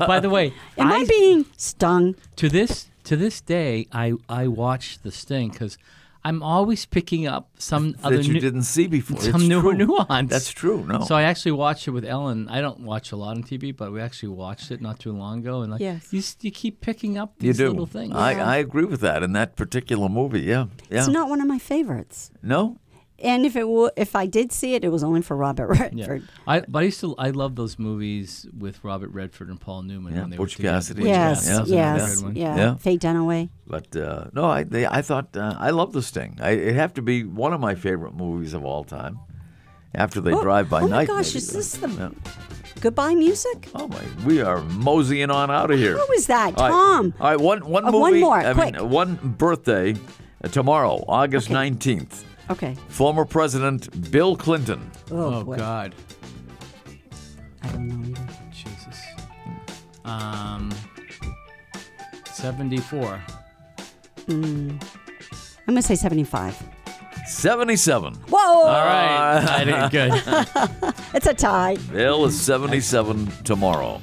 [SPEAKER 2] By the way,
[SPEAKER 3] Am I,
[SPEAKER 2] I,
[SPEAKER 3] being stung?
[SPEAKER 2] to this to this day, I I watch the sting because I'm always picking up some other
[SPEAKER 1] that you
[SPEAKER 2] new-
[SPEAKER 1] didn't see before.
[SPEAKER 2] some
[SPEAKER 1] It's
[SPEAKER 2] newer
[SPEAKER 1] true.
[SPEAKER 2] nuance.
[SPEAKER 1] That's true. No.
[SPEAKER 2] So I actually watched it with Ellen. I don't watch a lot on TV, but we actually watched it not too long ago, and like
[SPEAKER 3] Yes.
[SPEAKER 2] you, s- you keep picking up
[SPEAKER 1] you
[SPEAKER 2] these
[SPEAKER 1] do.
[SPEAKER 2] little things.
[SPEAKER 1] I, I agree with that in that particular movie. Yeah. Yeah.
[SPEAKER 3] It's not one of my favorites.
[SPEAKER 1] no.
[SPEAKER 3] And if it w- if I did see it, it was only for Robert
[SPEAKER 2] yeah.
[SPEAKER 3] Redford.
[SPEAKER 2] I but I used to I love those movies with Robert Redford and Paul Newman
[SPEAKER 1] Yeah,
[SPEAKER 2] when they
[SPEAKER 1] Butch
[SPEAKER 2] were together.
[SPEAKER 1] Cassidy.
[SPEAKER 2] Butch
[SPEAKER 3] Yes,
[SPEAKER 1] Yeah,
[SPEAKER 2] Cassidy was another
[SPEAKER 3] yes,
[SPEAKER 2] good one.
[SPEAKER 3] yeah.
[SPEAKER 1] Yeah.
[SPEAKER 3] Faye Dunaway.
[SPEAKER 1] But uh, no, I they, I thought uh, I love this thing. I, it'd have to be one of my favorite movies of all time. After they
[SPEAKER 3] Oh,
[SPEAKER 1] drive by
[SPEAKER 3] oh my
[SPEAKER 1] night.
[SPEAKER 3] gosh,
[SPEAKER 1] maybe.
[SPEAKER 3] is this the
[SPEAKER 1] Yeah.
[SPEAKER 3] goodbye music?
[SPEAKER 1] Oh my! We are moseying on out of here.
[SPEAKER 3] How is that,
[SPEAKER 1] All right.
[SPEAKER 3] Tom?
[SPEAKER 1] All right, one one
[SPEAKER 3] Uh,
[SPEAKER 1] movie.
[SPEAKER 3] one more,
[SPEAKER 1] I
[SPEAKER 3] quick.
[SPEAKER 1] mean, one birthday uh, tomorrow, August nineteenth.
[SPEAKER 3] Okay.
[SPEAKER 1] Former President Bill Clinton.
[SPEAKER 2] Oh
[SPEAKER 3] boy.
[SPEAKER 2] God,
[SPEAKER 3] I don't know either.
[SPEAKER 2] Jesus. Um, seventy-four.
[SPEAKER 3] I'm gonna say 75.
[SPEAKER 1] 77.
[SPEAKER 3] Whoa!
[SPEAKER 2] All right,
[SPEAKER 1] Ah.
[SPEAKER 2] I did good.
[SPEAKER 3] It's a tie.
[SPEAKER 1] Bill is 77 tomorrow.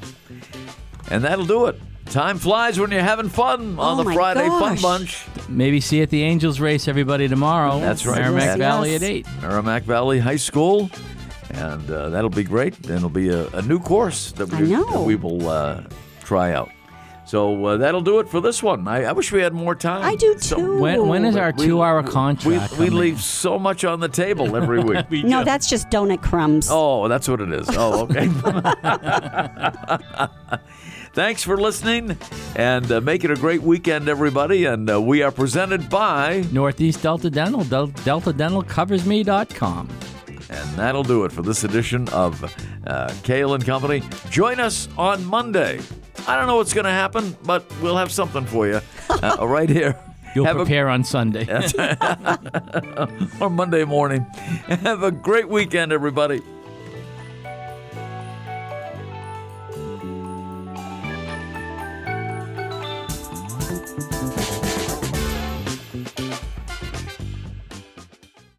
[SPEAKER 1] And that'll do it. Time flies when you're having fun on
[SPEAKER 3] Oh
[SPEAKER 1] the
[SPEAKER 3] my
[SPEAKER 1] Friday Fun
[SPEAKER 3] gosh.
[SPEAKER 1] Bunch.
[SPEAKER 2] Maybe see you at the Angels race, everybody, tomorrow.
[SPEAKER 1] That's right.
[SPEAKER 2] Merrimack
[SPEAKER 1] Yes,
[SPEAKER 2] Valley
[SPEAKER 3] yes.
[SPEAKER 2] at 8.
[SPEAKER 1] Merrimack Valley High School. And uh, that'll be great. And it'll be a, a new course that we,
[SPEAKER 3] I know.
[SPEAKER 1] that we will uh, try out. So uh, that'll do it for this one. I, I wish we had more time.
[SPEAKER 3] I do
[SPEAKER 1] So-
[SPEAKER 3] too.
[SPEAKER 2] When, when is our
[SPEAKER 1] We-
[SPEAKER 2] two hour
[SPEAKER 1] we-
[SPEAKER 2] contract?
[SPEAKER 1] We, we
[SPEAKER 2] coming?
[SPEAKER 1] leave so much on the table every week.
[SPEAKER 3] No, that's just donut crumbs.
[SPEAKER 1] Oh, that's what it is. Oh, okay. Thanks for listening and uh, make it a great weekend, everybody. And uh, we are presented by,
[SPEAKER 2] Northeast Delta Dental, del- deltadentalcoversme.com.
[SPEAKER 1] and that'll do it for this edition of uh, Kale and Company. Join us on Monday. I don't know what's going to happen, but we'll have something for you uh, right here.
[SPEAKER 2] You'll
[SPEAKER 1] Have a-
[SPEAKER 2] prepare on Sunday.
[SPEAKER 1] or Monday morning. Have a great weekend, everybody.